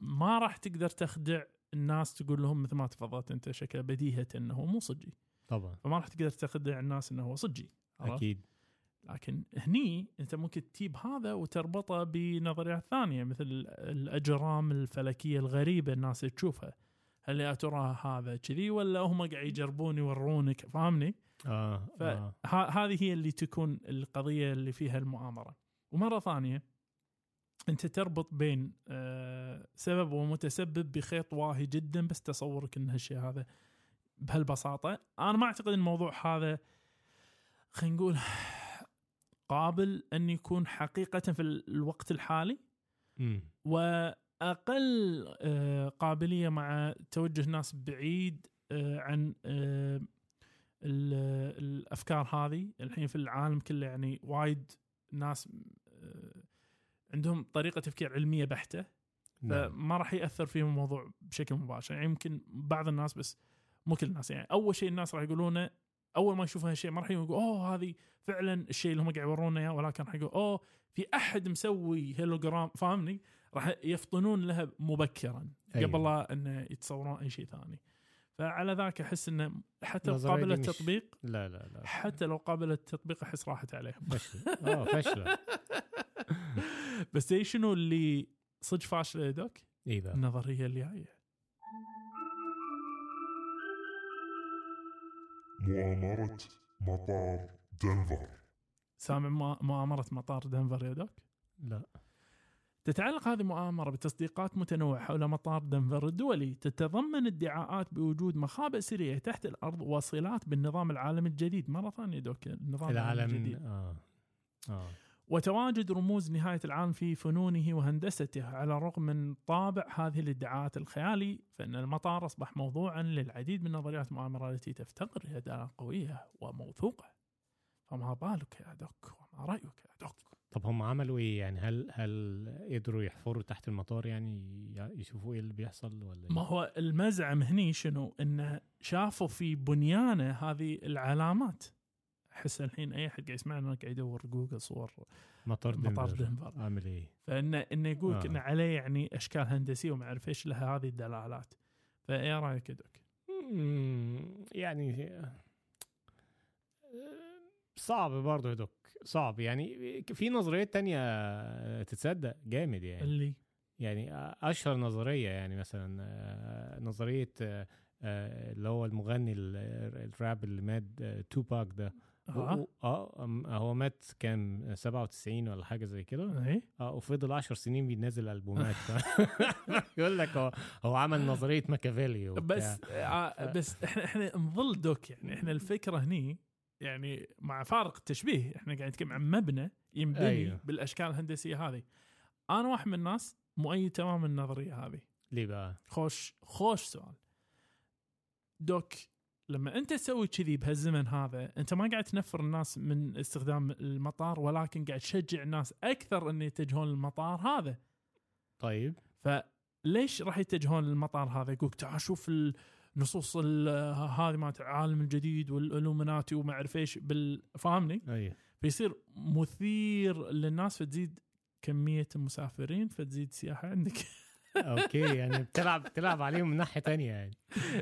Speaker 2: ما راح تقدر تخدع الناس تقول لهم مثل ما تفضلت انت شكله بديهه انه هو مو صجي
Speaker 1: طبعا
Speaker 2: فما راح تقدر تخدع الناس انه هو صجي عرفت؟
Speaker 1: اكيد
Speaker 2: لكن هني انت ممكن تجيب هذا وتربطه بنظريات ثانيه مثل الاجرام الفلكيه الغريبه الناس تشوفها هل يا ترى هذا كذي ولا هم قاعد يجربون يورونك فاهمني؟
Speaker 1: اه,
Speaker 2: ف-
Speaker 1: آه.
Speaker 2: ه- هذه هي اللي تكون القضيه اللي فيها المؤامره. ومره ثانيه انت تربط بين آه، سبب ومتسبب بخيط واهي جدا بس تصورك ان هالشيء هذا بهالبساطه انا ما اعتقد ان الموضوع هذا خلينا نقول قابل ان يكون حقيقه في الوقت الحالي
Speaker 1: مم.
Speaker 2: واقل آه، قابليه مع توجه ناس بعيد آه، عن آه، ال- الافكار هذه الحين في العالم كله يعني وايد ناس آه، عندهم طريقه تفكير علميه بحته
Speaker 1: نعم.
Speaker 2: فما راح ياثر فيهم الموضوع بشكل مباشر يعني يمكن بعض الناس بس مو كل الناس يعني اول شيء الناس راح يقولونه اول ما يشوفوا هالشيء ما راح يقولوا اوه هذه فعلا الشيء اللي هم قاعد يورونا اياه ولكن راح يقولوا اوه في احد مسوي هيلوجرام فاهمني راح يفطنون لها مبكرا
Speaker 1: أيوة.
Speaker 2: قبل لا انه يتصورون اي شيء ثاني فعلى ذاك احس انه حتى لو
Speaker 1: النظرية دي
Speaker 2: قابله
Speaker 1: مش-
Speaker 2: تطبيق
Speaker 1: لا لا لا
Speaker 2: حتى لو قابله تطبيق احس راحت عليهم <laughs>
Speaker 1: فشلة اه فشلة
Speaker 2: بس إيه شنو اللي صدق فاشله يا دوك؟
Speaker 1: ايه بقى
Speaker 2: النظريه اللي جايه
Speaker 3: مؤامرة مطار دنفر
Speaker 2: سامع مؤ- مؤامرة مطار دنفر يا دوك؟
Speaker 1: لا
Speaker 2: تتعلق هذه المؤامرة بتصديقات متنوعة حول مطار دنفر الدولي تتضمن ادعاءات بوجود مخابئ سرية تحت الأرض وصلات بالنظام العالمي الجديد مرة ثانية دوك النظام العالمي الجديد
Speaker 1: العالم اه اه
Speaker 2: وتواجد رموز نهاية العالم في فنونه وهندسته على الرغم من طابع هذه الادعاءات الخيالي فإن المطار أصبح موضوعا للعديد من نظريات المؤامرة التي تفتقر إلى دلالة قوية وموثوقة فما بالك يا دوك وما رأيك يا دوك
Speaker 1: طب هم عملوا ايه يعني هل هل قدروا يحفروا تحت المطار يعني ي- يشوفوا ايه اللي بيحصل ولا إيه؟
Speaker 2: ما هو المزعم هني شنو انه شافوا في بنيانه هذه العلامات احس الحين اي احد قاعد يسمعنا قاعد يدور جوجل صور
Speaker 1: مطار دنفر
Speaker 2: مطار دنفر.
Speaker 1: عامل ايه
Speaker 2: فانه انه يقول
Speaker 1: آه.
Speaker 2: آه. انه عليه يعني اشكال هندسيه وما اعرف ايش لها هذه الدلالات فايه رايك يا دوك؟
Speaker 1: مم، يعني صعب برضه يا دوك صعب يعني في نظريات تانية آه، تتصدق جامد يعني
Speaker 2: اللي
Speaker 1: يعني أشهر نظرية يعني مثلا آه، نظرية آه، آه، اللي هو المغني ال- الراب اللي مات آه، توباك ده
Speaker 2: اه
Speaker 1: اه أم- هو مات كان 97 ولا حاجة زي كده
Speaker 2: اي
Speaker 1: اه وفضل 10 سنين بينزل ألبومات <laughs> يقول لك هو هو عمل نظرية ماكافيلي وبتاع.
Speaker 2: بس آه بس احنا احنا نظل دوك يعني احنا الفكره هني يعني مع فارق التشبيه احنا قاعد نتكلم عن مبنى ينبني
Speaker 1: أيوه.
Speaker 2: أيوه. بالاشكال الهندسيه هذه انا واحد من الناس مؤيد تماما النظريه هذه
Speaker 1: ليه بقى؟
Speaker 2: خوش خوش سؤال دوك لما انت تسوي كذي بهالزمن هذا انت ما قاعد تنفر الناس من استخدام المطار ولكن قاعد تشجع الناس اكثر ان يتجهون للمطار هذا
Speaker 1: طيب
Speaker 2: فليش راح يتجهون للمطار هذا يقولك تعال شوف النصوص ال- هذه مالت العالم الجديد والالومناتي وما اعرف ايش بال- فاهمني
Speaker 1: ايوه
Speaker 2: فيصير مثير للناس فتزيد كميه المسافرين فتزيد سياحه عندك <laughs>
Speaker 1: اوكي يعني بتلعب بتلعب عليهم من ناحيه تانية يعني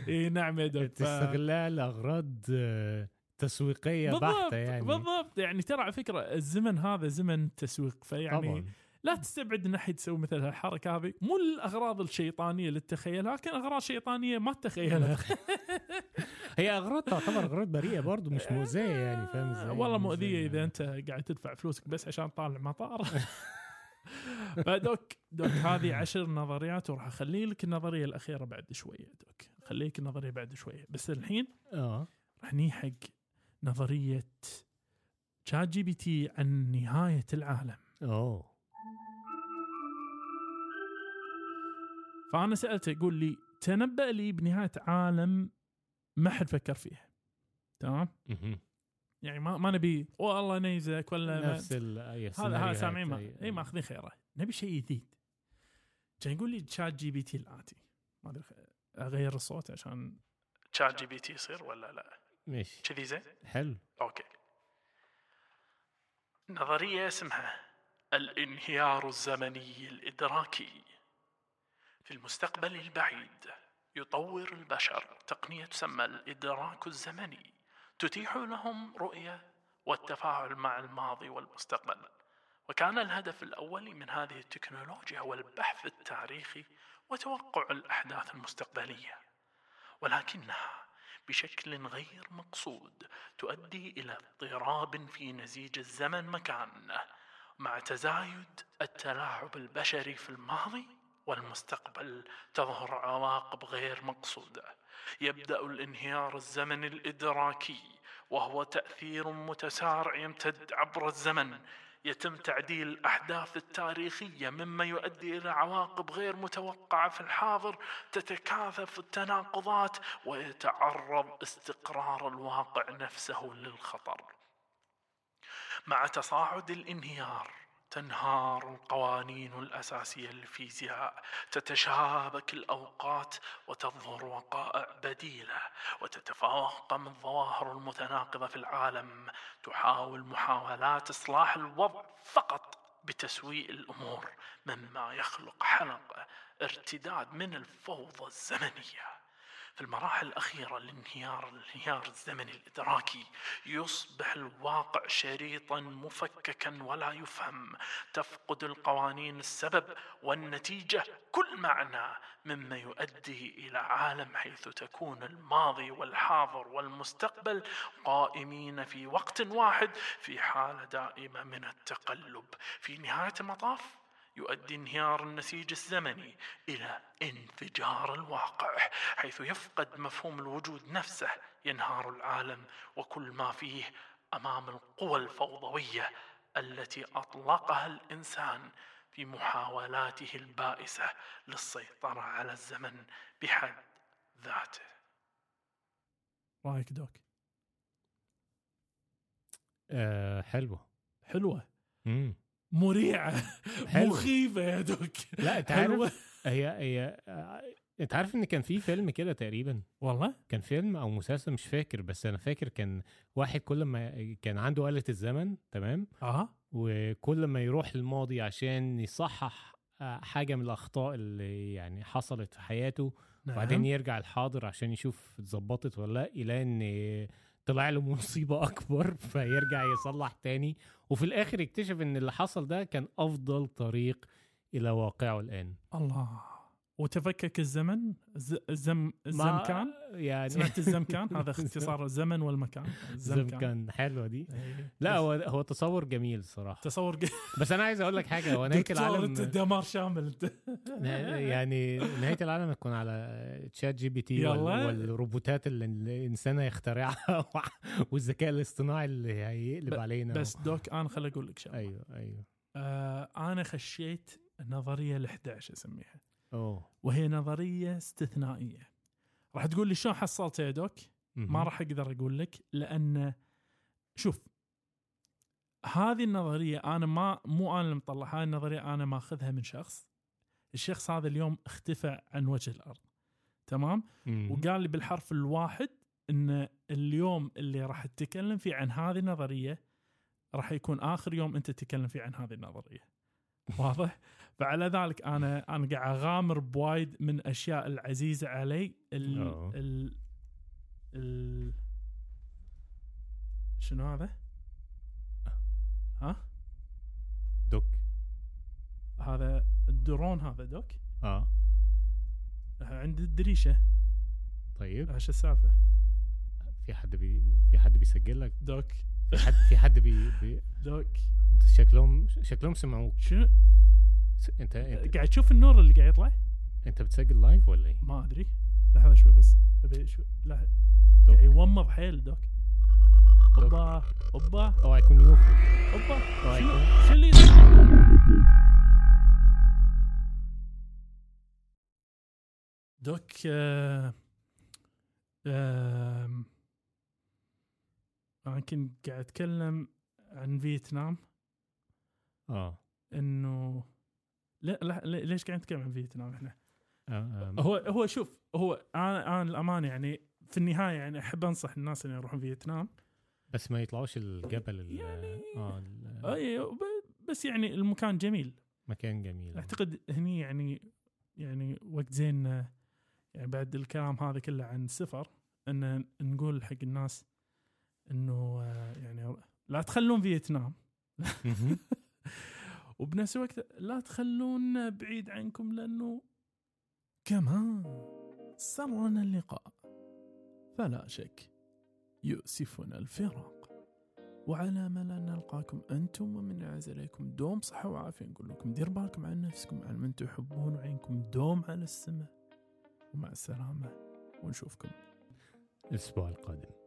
Speaker 2: اي نعم
Speaker 1: <laughs>
Speaker 2: يا دوك ف-
Speaker 1: تستغلها لاغراض آه، تسويقيه
Speaker 2: بالضبط
Speaker 1: بحته يعني
Speaker 2: بالضبط يعني ترى على فكره الزمن هذا زمن تسويق فيعني
Speaker 1: طبعا
Speaker 2: لا تستبعد ان احد يسوي مثل هالحركه هذه مو الاغراض الشيطانيه اللي تتخيلها لكن اغراض شيطانيه ما تتخيلها
Speaker 1: هي اغراض تعتبر اغراض بريئه برضو <laughs> مش مؤذيه يعني فاهم ازاي
Speaker 2: آه، <laughs> والله
Speaker 1: يعني
Speaker 2: مؤذيه
Speaker 1: إزاي
Speaker 2: اذا انت قاعد تدفع فلوسك بس عشان طالع مطار <laughs> فدوك دوك هذه عشر نظريات وراح اخلي لك النظريه الاخيره بعد شويه دوك خليك النظريه بعد شويه بس الحين
Speaker 1: اه
Speaker 2: راح نيحق نظريه شات جي بي تي عن نهايه العالم
Speaker 1: اوه
Speaker 2: فانا سالته يقول لي تنبأ لي بنهايه عالم ما حد فكر فيها تمام
Speaker 1: مهم.
Speaker 2: يعني ما ما نبي والله نيزك ولا ما-
Speaker 1: نفس ال أي طيب.
Speaker 2: هذا هذا
Speaker 1: سيناريوهات،
Speaker 2: سامعين ما
Speaker 1: أي-
Speaker 2: اي ماخذين خيره نبي شيء جديد كان يقول لي تشات جي بي تي الاتي ما ادري خ- اغير الصوت عشان تشات جي بي تي يصير ولا لا
Speaker 1: ماشي
Speaker 2: كذي زين
Speaker 1: حلو
Speaker 2: اوكي نظرية اسمها الانهيار الزمني الإدراكي في المستقبل البعيد يطور البشر تقنية تسمى الإدراك الزمني تتيح لهم رؤية والتفاعل مع الماضي والمستقبل وكان الهدف الأول من هذه التكنولوجيا هو البحث التاريخي وتوقع الأحداث المستقبلية ولكنها بشكل غير مقصود تؤدي الى اضطراب في نسيج الزمن مكان مع تزايد التلاعب البشري في الماضي والمستقبل تظهر عواقب غير مقصوده يبدا الانهيار الزمني الادراكي وهو تاثير متسارع يمتد عبر الزمن يتم تعديل الاحداث التاريخيه مما يؤدي الى عواقب غير متوقعه في الحاضر تتكاثف التناقضات ويتعرض استقرار الواقع نفسه للخطر مع تصاعد الانهيار تنهار القوانين الاساسيه للفيزياء تتشابك الاوقات وتظهر وقائع بديله وتتفاقم الظواهر المتناقضه في العالم تحاول محاولات اصلاح الوضع فقط بتسويء الامور مما يخلق حلقه ارتداد من الفوضى الزمنيه في المراحل الأخيرة لانهيار الانهيار الزمني الإدراكي يصبح الواقع شريطا مفككا ولا يفهم تفقد القوانين السبب والنتيجة كل معنى مما يؤدي إلى عالم حيث تكون الماضي والحاضر والمستقبل قائمين في وقت واحد في حالة دائمة من التقلب في نهاية المطاف يؤدي انهيار النسيج الزمني الى انفجار الواقع حيث يفقد مفهوم الوجود نفسه ينهار العالم وكل ما فيه امام القوى الفوضويه التي اطلقها الانسان في محاولاته البائسه للسيطره على الزمن بحد ذاته. رايك دوك؟
Speaker 1: آه حلوه
Speaker 2: حلوه
Speaker 1: مم.
Speaker 2: مريعه
Speaker 1: حلوة.
Speaker 2: مخيفه يا دوك
Speaker 1: لا انت
Speaker 2: حلوة.
Speaker 1: عارف هي هي آه، انت عارف ان كان في فيلم كده تقريبا
Speaker 2: والله
Speaker 1: كان فيلم او مسلسل مش فاكر بس انا فاكر كان واحد كل ما كان عنده آلة الزمن تمام
Speaker 2: اه
Speaker 1: وكل ما يروح الماضي عشان يصحح آه، حاجه من الاخطاء اللي يعني حصلت في حياته
Speaker 2: نعم.
Speaker 1: وبعدين يرجع الحاضر عشان يشوف اتظبطت ولا لا يلاقي ان طلع له <laughs> مصيبه اكبر فيرجع يصلح تاني وفي الاخر يكتشف ان اللي حصل ده كان افضل طريق الى واقعه الان
Speaker 2: الله وتفكك الزمن ز... الزم
Speaker 1: ما-
Speaker 2: الزمكان
Speaker 1: يعني
Speaker 2: سمعت الزمكان
Speaker 1: <laughs>
Speaker 2: هذا اختصار الزمن والمكان الزمكان
Speaker 1: زمكان حلوه دي
Speaker 2: إيه.
Speaker 1: لا
Speaker 2: آه. بس
Speaker 1: هو هو تصور جميل صراحه
Speaker 2: تصور ج-
Speaker 1: بس انا عايز اقول لك حاجه
Speaker 2: <laughs>
Speaker 1: هو نهايه
Speaker 2: دكتور انت
Speaker 1: العالم
Speaker 2: دمار
Speaker 1: <laughs>
Speaker 2: شامل انت <laughs>
Speaker 1: يعني نهايه العالم تكون على تشات جي بي تي وال-
Speaker 2: يلا.
Speaker 1: والروبوتات اللي الانسان هيخترعها <laughs> والذكاء الاصطناعي اللي هيقلب علينا
Speaker 2: بس دوك انا خل اقول لك شغله
Speaker 1: ايوه ايوه
Speaker 2: آه انا خشيت النظريه ال 11 اسميها
Speaker 1: اوه
Speaker 2: وهي نظريه استثنائيه راح تقول لي شلون حصلتها يا دوك؟ ما
Speaker 1: مهم.
Speaker 2: راح اقدر اقول لك لان شوف هذه النظريه انا ما مو انا اللي مطلعها هذه النظريه انا ماخذها من شخص الشخص هذا اليوم اختفى عن وجه الارض تمام
Speaker 1: مهم.
Speaker 2: وقال لي بالحرف الواحد ان اليوم اللي راح تتكلم فيه عن هذه النظريه راح يكون اخر يوم انت تتكلم فيه عن هذه
Speaker 1: <laughs>
Speaker 2: النظريه واضح فعلى ذلك انا انا قاعد اغامر بوايد من الاشياء العزيزه علي ال
Speaker 1: أوه.
Speaker 2: ال, ال شنو هذا؟ ها؟
Speaker 1: دوك
Speaker 2: هذا الدرون هذا دوك
Speaker 1: اه
Speaker 2: عند الدريشه
Speaker 1: طيب
Speaker 2: آه، شو السالفه؟ أه.
Speaker 1: في حد بي في حد بيسجل لك
Speaker 2: دوك
Speaker 1: في حد في حد بي, بي...
Speaker 2: دوك
Speaker 1: شكلهم شكلهم سمعوك
Speaker 2: شنو
Speaker 1: س- انت انت,
Speaker 2: قاعد تشوف النور اللي قاعد يطلع؟
Speaker 1: انت بتسجل لايف ولا ايه؟
Speaker 2: ما ادري لحظه شوي بس ابي شو لا
Speaker 1: دوك.
Speaker 2: قاعد يومض حيل دوك اوبا اوبا
Speaker 1: اوعى يكون يوفو
Speaker 2: اوبا
Speaker 1: اوعى
Speaker 2: شنو
Speaker 1: يكون
Speaker 2: شنو اللي يصير؟ دوك آه آم، انا كنت قاعد اتكلم عن فيتنام
Speaker 1: اه
Speaker 2: انه لا لا لا- ليش قاعد نتكلم عن فيتنام احنا؟
Speaker 1: آه، آه.
Speaker 2: هو هو شوف هو انا انا الامانه يعني في النهايه يعني احب انصح الناس اللي يروحون فيتنام
Speaker 1: بس ما يطلعوش الجبل ال-
Speaker 2: يعني-
Speaker 1: اه ال-
Speaker 2: أي، ب- بس يعني المكان جميل
Speaker 1: مكان جميل
Speaker 2: اعتقد هني يعني يعني وقت زين آه، يعني بعد الكلام هذا كله عن السفر ان نقول حق الناس انه آه، يعني لا تخلون فيتنام
Speaker 1: مهم.
Speaker 2: وبنفس الوقت لا تخلون بعيد عنكم لانه كما سرنا اللقاء فلا شك يؤسفنا الفراق وعلى امل ان نلقاكم انتم ومن اعز عليكم دوم صحه وعافيه نقول لكم دير بالكم على نفسكم وعلى من تحبون وعينكم دوم على السماء ومع السلامه ونشوفكم
Speaker 1: الاسبوع القادم